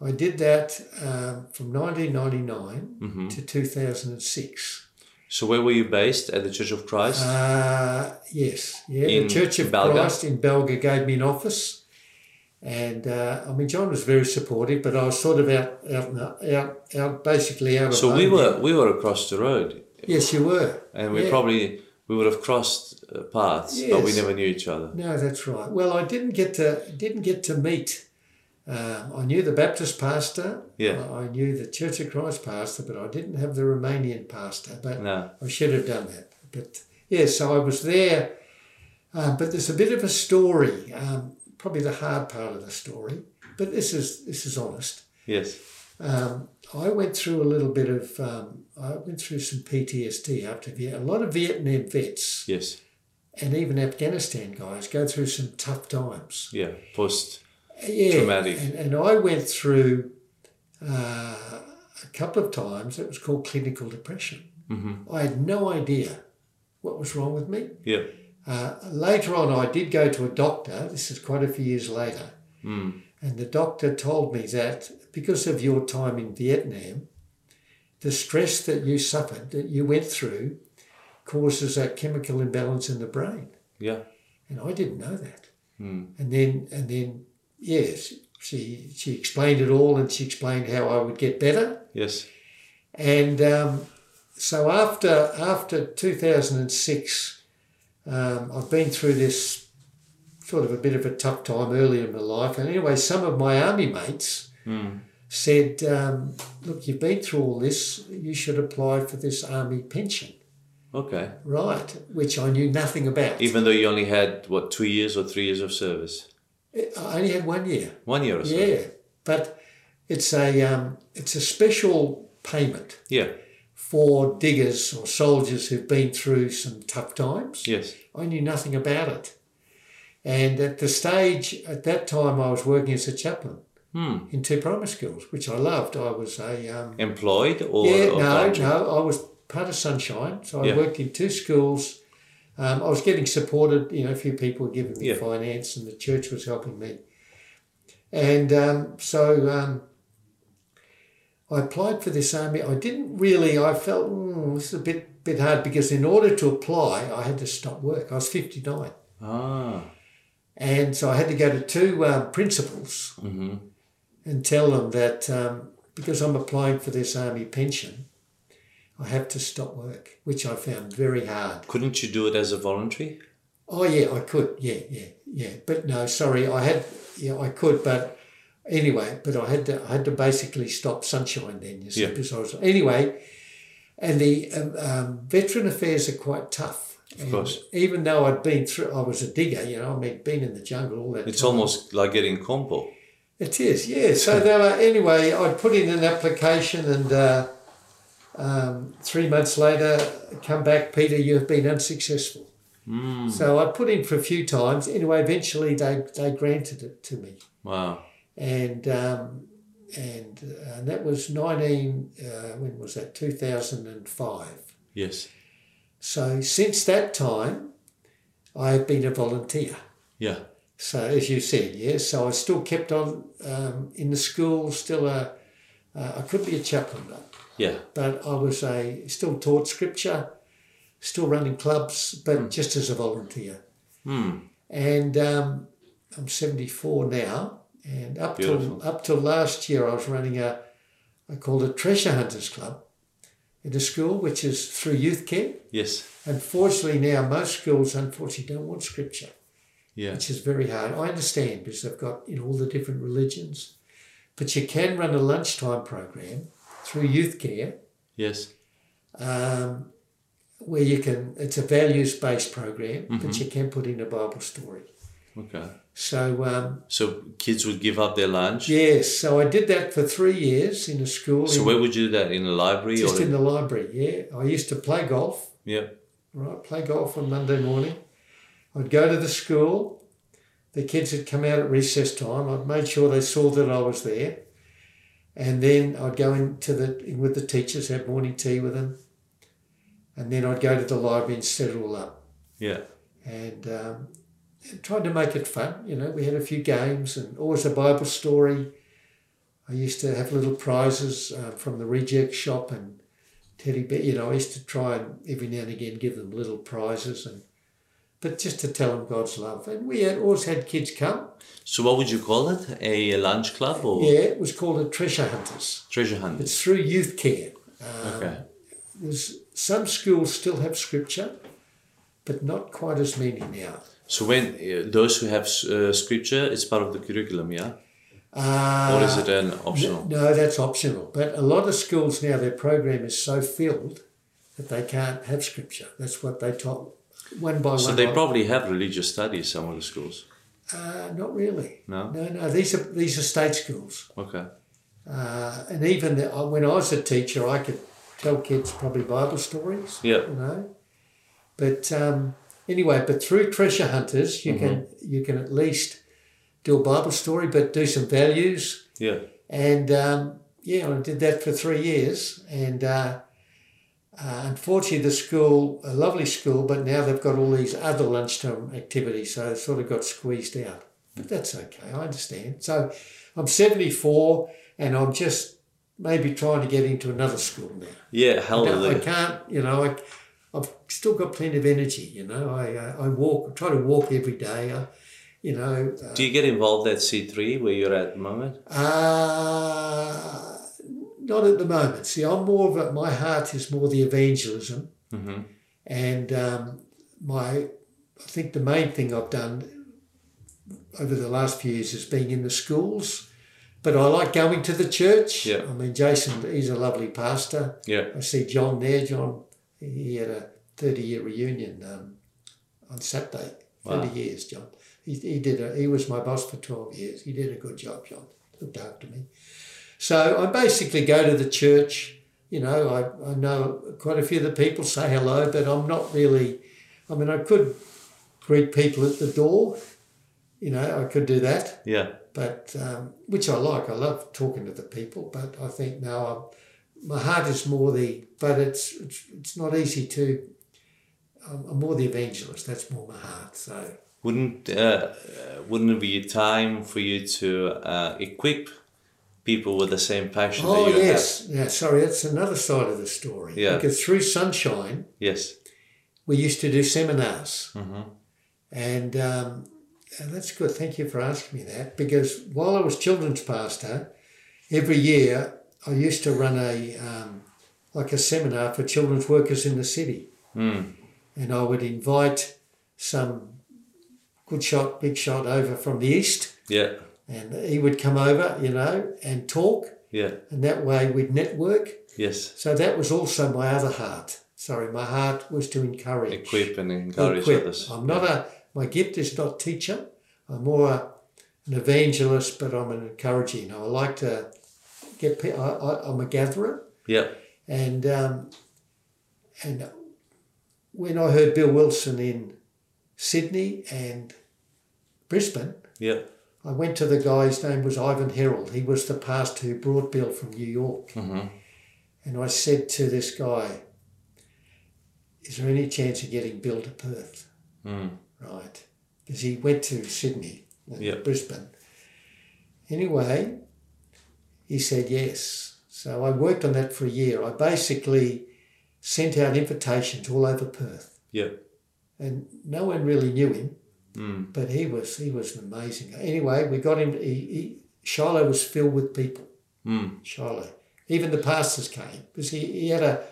B: I did that um, from 1999
A: Mm-hmm.
B: to 2006.
A: So where were you based at the Church of Christ?
B: Uh, yes, yeah.
A: In
B: the Church of
A: Belga?
B: Christ in Belga gave me an office, and uh, I mean John was very supportive, but I was sort of out, out, in the- out, out, basically out of.
A: so we
B: home.
A: were we were across the road,
B: Yes, you were.
A: and we
B: Yeah.
A: probably we would have crossed uh, paths, but we
B: Yes.
A: never knew each other.
B: No, that's right. Well, I didn't get to didn't get to meet. Uh, I knew the Baptist pastor. Uh,
A: Yeah.
B: I, I knew the Church of Christ pastor, but I didn't have the Romanian pastor. But
A: No.
B: I should have done that. But yeah, so I was there. Uh, but there's a bit of a story, um, probably the hard part of the story. But this is this is honest.
A: Yes.
B: Um, I went through a little bit of um, I went through some PTSD after Vietnam. A lot of Vietnam vets
A: Yes.
B: and even Afghanistan guys go through some tough times.
A: Yeah. Post.
B: Yeah,
A: Traumatic.
B: And, and I went through uh, a couple of times. It was called clinical depression. I had no idea what was wrong with me.
A: Yeah.
B: Uh, later on, I did go to a doctor. This is quite a few years later, and the doctor told me that because of your time in Vietnam, the stress that you suffered, that you went through, causes a chemical imbalance in the brain
A: Yeah.
B: and I didn't know that. And then and then yes, she she explained it all, and she explained how I would get better.
A: Yes.
B: And um, so after after two thousand and six, um, I've been through this sort of a bit of a tough time early in my life. And anyway, some of my army mates. Said, um, look, you've been through all this. You should apply for this army pension,
A: Okay.
B: right? Which I knew nothing about.
A: Even though you only had what two years or three years of service,
B: I only had one year.
A: one year or so.
B: Yeah, but it's a um, it's a special payment
A: Yeah.
B: for diggers or soldiers who've been through some tough times.
A: Yes.
B: I knew nothing about it, and at the stage at that time, I was working as a chaplain
A: hmm.
B: in two primary schools, which I loved. I was a um,
A: Employed or
B: yeah,
A: or
B: no,
A: part-
B: no, I was part of Sunshine, so I
A: Yeah.
B: worked in two schools. Um, I was getting supported, you know, a few people were giving me
A: Yeah.
B: finance and the church was helping me. And um, so um, I applied for this army. I didn't really, I felt mm, this is a bit, bit hard because in order to apply, I had to stop work. I was 59.
A: Ah.
B: And so I had to go to two um, principals
A: Mm-hmm.
B: and tell them that um, because I'm applying for this army pension, I have to stop work, which I found very hard.
A: Couldn't you do it as a voluntary?
B: Oh yeah, I could. Yeah, yeah, yeah. But no, sorry, I had. Yeah, I could, but anyway, but I had to. I had to basically stop sunshine then, you see,
A: Yeah.
B: because I was anyway. And the um, um, veteran affairs are quite tough. Of
A: course.
B: Even though I'd been through, I was a digger. You know, I mean, been in the jungle all that.
A: It's
B: time.
A: almost like getting compo.
B: It is, yeah. So there were, anyway, I put in an application and uh, um, three months later, come back, Peter, you have been unsuccessful. So I put in for a few times. Anyway, eventually they, they granted it to me.
A: Wow.
B: And um, and, uh, and that was 19, uh, when was that? 2005.
A: Yes.
B: So since that time, I have been a volunteer.
A: Yeah.
B: So as you said, yes. So I still kept on um, in the school. Still a, uh, I could be a chaplain, but-
A: Yeah.
B: but I was a still taught scripture, still running clubs, but just as a volunteer.
A: Hmm.
B: And um, I'm 74 now, and up
A: Beautiful.
B: till up till last year, I was running a I called a treasure hunters club in a school, which is through youth care.
A: Yes.
B: Unfortunately, now most schools unfortunately don't want scripture
A: Yeah.
B: which is very hard. I understand because they've got you know, all the different religions, but you can run a lunchtime program through youth care
A: Yes.
B: um, where you can. It's a values based program, but
A: Mm-hmm.
B: you can put in a Bible story.
A: Okay.
B: So um,
A: So kids would give up their lunch.
B: yes, so I did that for three years in a school,
A: So
B: in-
A: where would you do that? In a library
B: just
A: or
B: in the library. Yeah, I used to play golf
A: yeah.
B: right? Play golf on Monday morning. I'd go to the school. The kids had come out at recess time. I'd made sure they saw that I was there, and then I'd go into the in with the teachers, have morning tea with them, and then I'd go to the library and set it all up.
A: Yeah.
B: And um, tried to make it fun. You know, we had a few games and always a Bible story. I used to have little prizes uh, from the reject shop and teddy bear. You know, I used to try and every now and again give them little prizes and, but just to tell them God's love. And we had always had kids come.
A: So what would you call it? A lunch club or
B: Yeah, it was called a treasure hunters.
A: treasure hunt?
B: It's through youth care. Um,
A: okay.
B: There's some schools still have scripture. but not quite as many now.
A: So when uh, those who have uh, scripture, it's part of the curriculum, yeah,
B: Uh,
A: or is it an optional?
B: No, that's optional. But a lot of schools now, their program is so filled that they can't have scripture. That's what they taught one by one. Uh,
A: So they
B: by-
A: probably have religious studies some of the schools.
B: uh, not really.
A: No?
B: no, no. These are these are state schools,
A: Okay.
B: uh, and even the, uh, when I was a teacher, I could tell kids probably Bible stories.
A: Yeah.
B: you know. But um, anyway, but through treasure hunters,
A: Mm-hmm.
B: you can you can at least do a Bible story, but do some values.
A: Yeah.
B: And um, yeah, I did that for three years. And uh, uh, unfortunately, the school, a lovely school, but now they've got all these other lunchtime activities. So it sort of got squeezed out. But that's okay, I understand. So I'm 74 and I'm just maybe trying to get into another school now.
A: Yeah.
B: I
A: Hallelujah.
B: can't, you know, I, I've still got plenty of energy, you know. I, uh, I walk, try to walk every day, I, you know. uh,
A: Do you get involved at C three where you're at the moment?
B: Uh, not at the moment. See, I'm more of a, my heart is more the evangelism,
A: Mhm.
B: and um, my I think the main thing I've done over the last few years is being in the schools. But I like going to the church.
A: Yeah.
B: I mean, Jason, he's a lovely pastor.
A: Yeah.
B: I see John there. John, he had a 30 year reunion um, on Saturday. 30
A: Wow.
B: years, John. He, he did. A, he was my boss for 12 years. He did a good job, John. Looked after me. So I basically go to the church. You know, I, I know quite a few of the people, say hello, but I'm not really, I mean, I could greet people at the door. You know, I could do that
A: Yeah.
B: but um, which I like. I love talking to the people, but I think now I'm, my heart is more the. But it's it's, it's not easy to. I'm, I'm more the evangelist. That's more my heart. So
A: Wouldn't uh, uh, wouldn't it be time for you to uh, equip people with the same passion
B: oh
A: that you
B: yes, yeah. Sorry, that's another side of the story.
A: Yeah.
B: Because through sunshine,
A: have? Yes.
B: we used to do seminars, and um, and that's good. Thank you for asking me that because while I was children's pastor, every year I used to run a um, like a seminar for children's workers in the city, and I would invite some good shot, big shot over from the east,
A: Yeah.
B: and he would come over, you know, and talk,
A: Yeah.
B: and that way we'd network.
A: Yes.
B: So that was also my other heart. Sorry, my heart was to encourage
A: Equip and encourage
B: equip.
A: others.
B: I'm not a my gift is not teacher. I'm more a, an evangelist, but I'm an encouraging. I like to get. pe- I, I, I'm a gatherer,
A: Yeah.
B: and um, and when I heard Bill Wilson in Sydney and Brisbane,
A: Yeah.
B: I went to the guy. His name was Ivan Herald. He was the pastor who brought Bill from New York,
A: Mhm.
B: and I said to this guy, "Is there any chance of getting Bill to Perth?"
A: Mm.
B: right? Because he went to Sydney, and
A: Yeah.
B: Brisbane. Anyway, he said yes. So I worked on that for a year. I basically sent out invitations all over Perth,
A: Yeah.
B: and no one really knew him,
A: Mm.
B: but he was he was an amazing. Anyway, we got him. He, he, Shiloh was filled with people.
A: Mm.
B: Shiloh, even the pastors came because he, he had a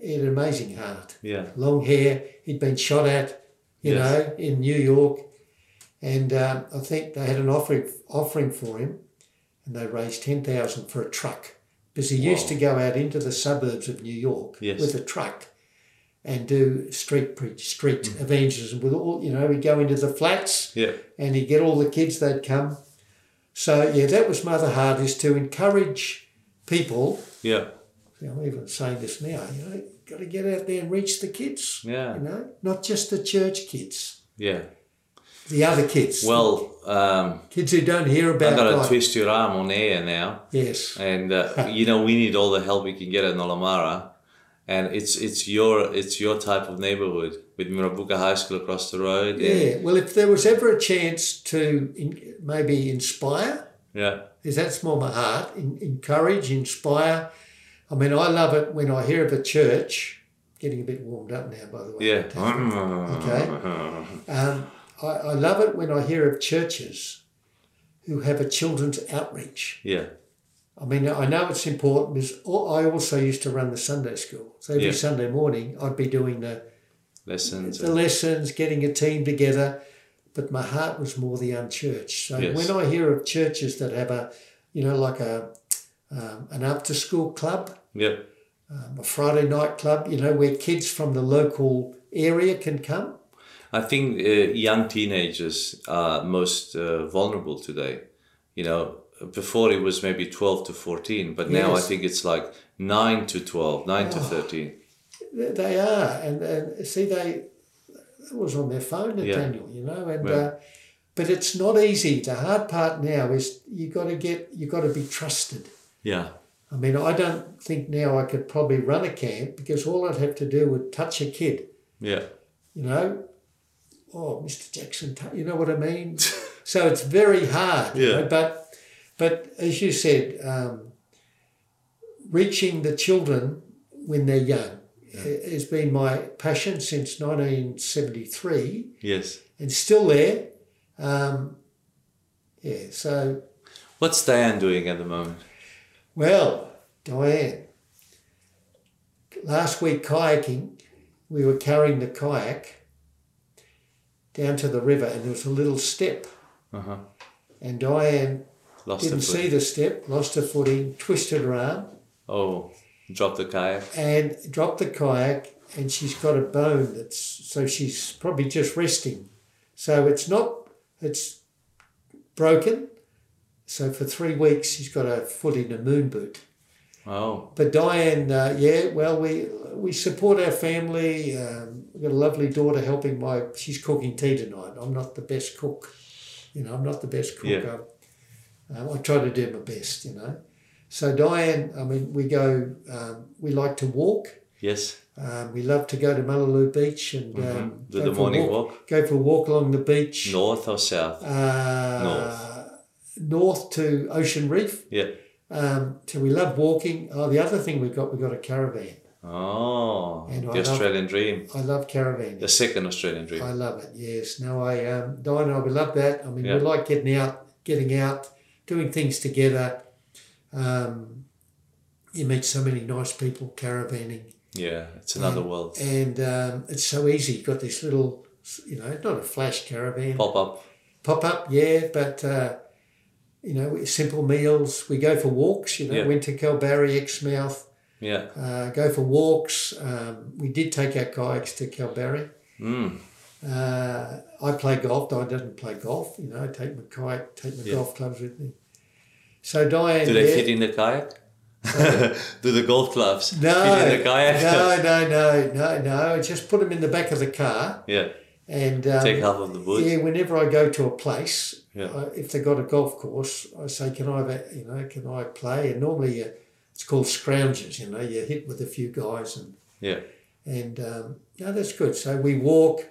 B: he had an amazing heart
A: Yeah.
B: long hair. He'd been shot at, you
A: Yes.
B: know, in New York, and um, I think they had an offering offering for him, and they raised ten thousand for a truck because he used
A: Wow.
B: to go out into the suburbs of New York
A: Yes.
B: with a truck and do street preach, street
A: Mm.
B: evangelism with all you know. He'd go into the flats
A: Yeah.
B: and he'd get all the kids that come. So yeah, that was Mother Heart is to encourage people.
A: Yeah.
B: You know, I'm even saying this now. You know, got to get out there and reach the kids
A: Yeah.
B: you know, not just the church kids,
A: Yeah.
B: the other kids,
A: Well, um,
B: kids who don't hear about
A: I'm gonna
B: God.
A: twist your arm on air now.
B: Yes,
A: and uh, you know we need all the help we can get at Nolamara, and it's it's your it's your type of neighborhood with Mirabuka High School across the road. and-
B: yeah. Well, if there was ever a chance to in, maybe inspire,
A: yeah,
B: because that's more my heart, in, encourage, inspire. I mean, I love it when I hear of a church. Getting a bit warmed up now, by the way.
A: yeah.
B: Um, I, I love it when I hear of churches who have a children's outreach.
A: yeah,
B: I mean, I know it's important because al- I also used to run the Sunday school. So every
A: Yeah.
B: Sunday morning, I'd be doing the
A: lessons.
B: the lessons, getting a team together. But my heart was more the unchurched. So
A: Yes.
B: when I hear of churches that have a, you know, like a um, an after school club,
A: Yep.
B: um, a Friday night club, you know, where kids from the local area can come.
A: I think uh, young teenagers are most uh, vulnerable today. You know, before it was maybe 12 to 14, but now I
B: Yes. Oh.
A: think it's like 9 to 12, 9 to 13.
B: They- They are, and, and see, they it was on their phone,
A: Yeah.
B: Nathaniel. You know, and
A: Yeah.
B: uh, but it's not easy. The hard part now is you got to get you got to be trusted.
A: Yeah.
B: I mean, I don't think now I could probably run a camp because all I'd have to do would touch a kid.
A: Yeah.
B: You know, oh, Mr. Jackson, tou- you know what I mean. so it's very hard. you
A: Yeah.
B: know, but but as you said, um, reaching the children when they're young i- has been my passion since 1973,
A: Yes.
B: and still there. Um, yeah. So
A: What's Diane doing at the moment?
B: well, Diane. Last week kayaking, we were carrying the kayak down to the river, and there was a little step.
A: Uh huh.
B: And Diane
A: Lost
B: didn't
A: the foot.
B: see the step, lost her footing, twisted her arm,
A: Oh, dropped the kayak.
B: and dropped the kayak. And she's got a bone that's so she's probably just resting. So it's not it's broken. So for three weeks she's got her foot in a moon boot.
A: Oh,
B: But Diane, uh, yeah, well we we support our family. Um, we've got a lovely daughter helping my. She's cooking tea tonight. I'm not the best cook, you know. I'm not the best cook.
A: Yeah.
B: Um, I try to do my best, you know. So Diane, I mean, we go. Um, we like to walk.
A: yes. Mm-hmm.
B: Um, we love to go to Mullaloo Beach and um,
A: Do the
B: go for a
A: morning
B: walk,
A: walk.
B: Go for a walk along the beach.
A: North or south?
B: Uh, north. North to Ocean Reef.
A: Yeah.
B: Um, so we love walking. Oh, the other thing we've got, we've got a caravan.
A: Oh,
B: And I
A: the
B: love-
A: Australian dream.
B: I love caravans.
A: The second Australian dream.
B: I love it. Yes. No, I um, Diane and I we love that. I mean,
A: Yeah.
B: we like getting out, getting out, doing things together. Um, you meet so many nice people caravanning,
A: Yeah, it's another world.
B: Mm. and um, it's so easy. You've got this little, you know, not a flash caravan,
A: Pop up.
B: pop up, yeah, but uh, you know, simple meals. We go for walks. You know,
A: Yeah.
B: went to Kalbarri, Exmouth.
A: Yeah.
B: uh, go for walks. Um, we did take our kayaks to Kalbarri.
A: Mm.
B: Uh, I play golf. Diane doesn't play golf. You know, I take my kayak, take my
A: Yeah.
B: golf clubs with me. So Diane,
A: Do they
B: yeah,
A: fit in the kayak? Do the golf clubs
B: no,
A: fit in the kayak?
B: no, no, no, no, no. Just put them in the back of the car
A: yeah.
B: and um,
A: Take half of the wood.
B: Yeah, whenever I go to a place,
A: Yeah.
B: I, if they got a golf course, I say, "Can I, have a, you know, can I play?" And normally, uh, it's called scrounges. You know, you hit with a few guys and
A: Yeah.
B: and um, no, that's good. So we walk,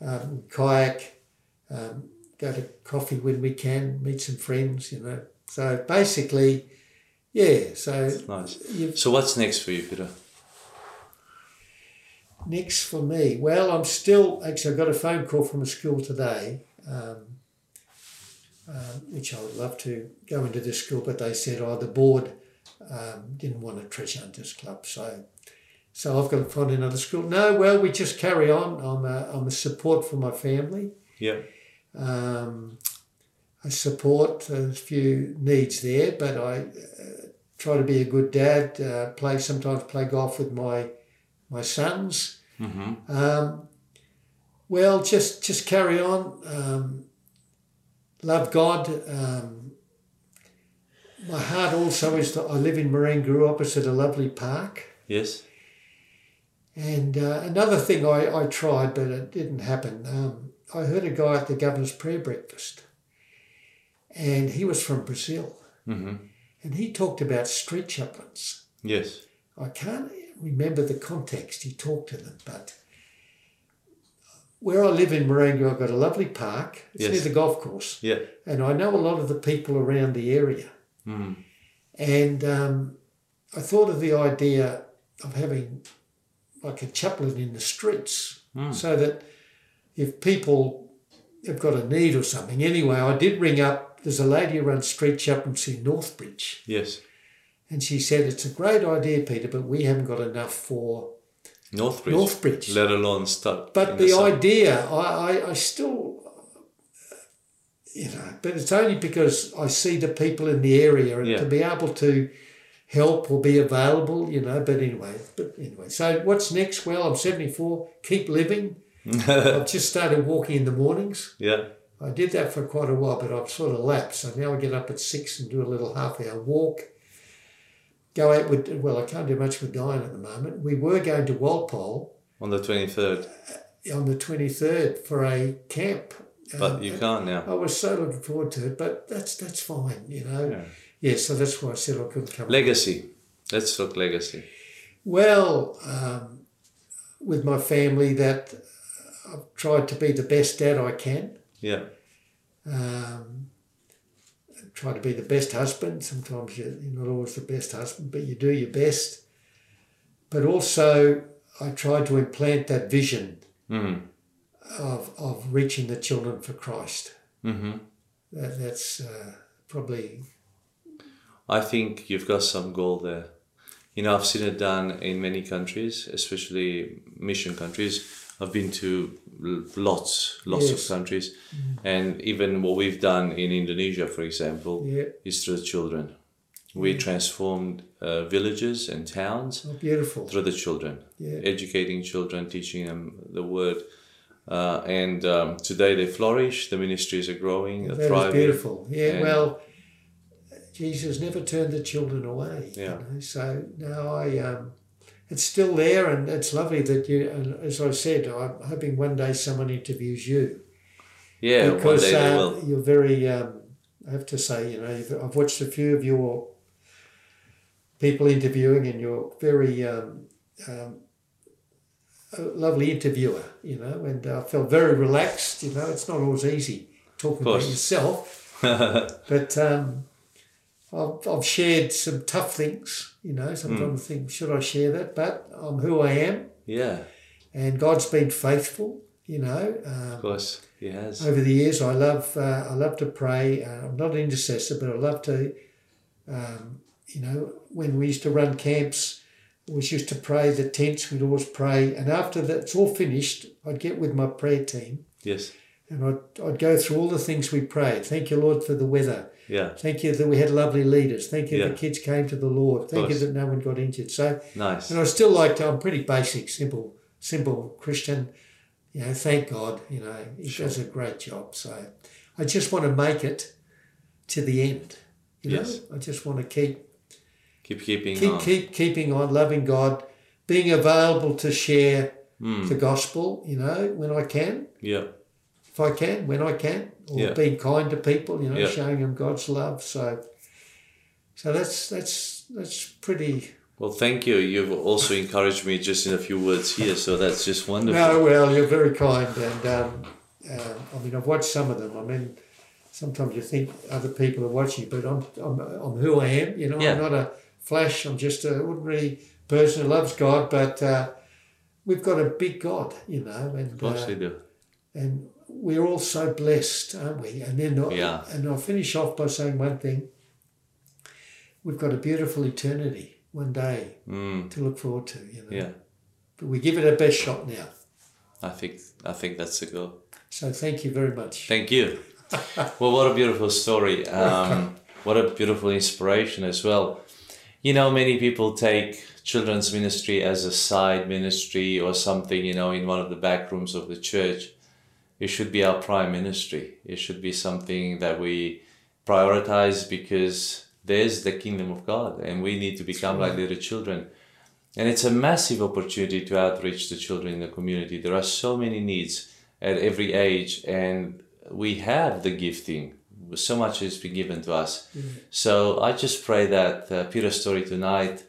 B: um, kayak, um, go to coffee when we can, meet some friends, you know. So basically, yeah. So
A: Nice.
B: you've,
A: So what's next for you, Peter?
B: next for me, well, I'm still actually I got a phone call from a school today, um, um, which I would love to go into this school, but they said, oh, the board um, didn't want a treasure hunters club, so. So I've got to find another school. No, well, we just carry on. I'm a, I'm a support for my family.
A: Yeah.
B: um, I support a few needs there, but I uh, try to be a good dad. Uh, play sometimes play golf with my my sons.
A: Mm-hmm.
B: Um, well, just just carry on. Um, love God. Um, my heart also is that I live in Marangaroo, opposite a lovely park.
A: Yes.
B: And uh, another thing I, I tried, but it didn't happen. Um, I heard a guy at the governor's prayer breakfast, and he was from Brazil,
A: Mm-hmm.
B: and he talked about street chaplains.
A: Yes.
B: I can't remember the context he talked to them, but where I live in Marengo, I've got a lovely park. It's
A: Yes.
B: near the golf course
A: Yeah.
B: and I know a lot of the people around the area.
A: Mm.
B: And um, I thought of the idea of having like a chaplain in the streets so that if people have got a need or something. Anyway, I did ring up, there's a lady who runs street chaplaincy in Northbridge,
A: Yes.
B: and she said, It's a great idea, Peter, but we haven't got enough for
A: Northbridge.
B: Northbridge.
A: Let alone stuck.
B: But
A: in
B: the
A: sun.
B: idea, I, I, I still, you know, but it's only because I see the people in the area and
A: Yeah.
B: to be able to help or be available, you know. But anyway, but anyway. So what's next? Well, I'm 74. Keep living. I've just started walking in the mornings.
A: Yeah.
B: I did that for quite a while, but I've sort of lapsed. So now I get up at six and do a little half hour walk. Go out with, well, I can't do much with Diane at the moment. We were going to Walpole
A: On the 23rd.
B: on the 23rd for a camp.
A: But
B: Um,
A: you can't now.
B: I was so looking forward to it, but that's that's fine, you know. Yeah, so that's why I said I couldn't come.
A: Legacy. Let's talk legacy.
B: well, um, with my family, that I've tried to be the best dad I can.
A: Yeah.
B: Um, try to be the best husband. Sometimes you're you're not always the best husband, but you do your best. But also, I tried to implant that vision
A: Mm.
B: of, of reaching the children for Christ.
A: hmm
B: That, that's uh, probably
A: I think you've got some goal there. You know, I've seen it done in many countries, especially mission countries. I've been to l- lots, lots
B: Yes. Mm-hmm.
A: of countries, and even what we've done in Indonesia, for example,
B: Yeah. Mm.
A: is through children. We transformed uh, villages and towns
B: oh, beautiful.
A: through the children,
B: Yeah.
A: educating children, teaching them the word. Uh, and um, today they flourish. The ministries are growing, are
B: That is
A: thriving.
B: beautiful. Yeah,
A: and-
B: well, Jesus never turned the children away.
A: Yeah.
B: You know? So no, I um, it's still there, and it's lovely that you. And as I said, I'm hoping one day someone interviews you
A: Yeah, one
B: because
A: day they
B: uh,
A: will.
B: you're very. Um, I have to say, you know, you've- I've watched a few of your people interviewing, and you're very um, um, a lovely interviewer. You know, and I felt very relaxed. You know, it's not always easy talking about
A: course.
B: yourself, but um, I've, I've shared some tough things. You know,
A: Hmm.
B: sometimes I think, should I share that? But I'm who I am,
A: yeah,
B: and God's been faithful. You know. Um,
A: of course, he has.
B: over the years, I love uh, I love to pray. Uh, I'm not an intercessor, but I love to, um, you know, when we used to run camps, we used to pray the tents. We'd always pray, and after that, it's all finished. I'd get with my prayer team,
A: Yes.
B: and I'd, I'd go through all the things we prayed. Thank you, Lord, for the weather.
A: Yeah.
B: Thank you that we had lovely leaders. Thank you
A: Yeah.
B: the kids came to the Lord. Thank you
A: course.
B: that no one got injured. So,
A: Nice.
B: and I still like to. I'm pretty basic, simple, simple Christian. You know, thank God. You know, he does a great job. So I just want to make it to the end. You know,
A: Yes.
B: I just want to keep
A: keep keeping
B: keep
A: on.
B: keep keeping on loving God, being available to share
A: Hmm.
B: the gospel. You know, when I can,
A: Yeah.
B: if I can, when I can, or
A: Yeah.
B: being kind to people. You know,
A: Yeah.
B: showing them God's love. So, so that's that's that's pretty
A: Well, thank you. You've also encouraged me just in a few words here, so that's just wonderful.
B: No, well, you're very kind, and um, uh, I mean, I've watched some of them. I mean, sometimes you think other people are watching, but I'm, I'm, I'm who I am. You know,
A: Yeah.
B: I'm not a flash. I'm just an ordinary person who loves God, but uh, we've got a big God, you know, and
A: Of course
B: uh,
A: they do.
B: and we're all so blessed, aren't we? And then I-
A: We are.
B: and I'll finish off by saying one thing. We've got a beautiful eternity one day
A: Mm.
B: to look forward to, you know.
A: Yeah.
B: But we give it our best shot now.
A: I think I think that's the goal.
B: So thank you very much.
A: Thank you. well, what a beautiful story. Um, what a beautiful inspiration as well. You know, many people take children's ministry as a side ministry or something, you know, in one of the back rooms of the church. It should be our prime ministry. It should be something that we prioritize because there's the kingdom of God and we need to become like little children. And it's a massive opportunity to outreach the children in the community. There are so many needs at every age, and we have the gifting. So much has been given to us. So I just pray that uh, Peter's story tonight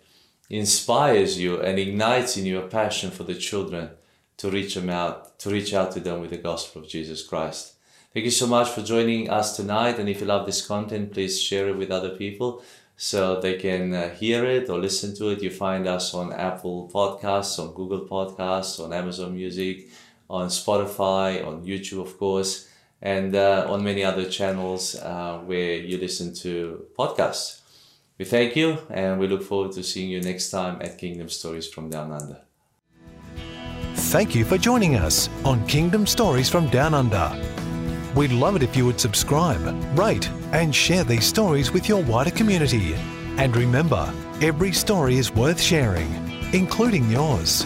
A: inspires you and ignites in you a passion for the children to reach them out, to reach out to them with the gospel of Jesus Christ. Thank you so much for joining us tonight. And if you love this content, please share it with other people so they can uh, hear it or listen to it. You find us on Apple Podcasts, on Google Podcasts, on Amazon Music, on Spotify, on YouTube, of course, and uh, on many other channels uh, where you listen to podcasts. We thank you and we look forward to seeing you next time at Kingdom Stories from Down Under.
C: Thank you for joining us on Kingdom Stories from Down Under. We'd love it if you would subscribe, rate, and share these stories with your wider community. And remember, every story is worth sharing, including yours.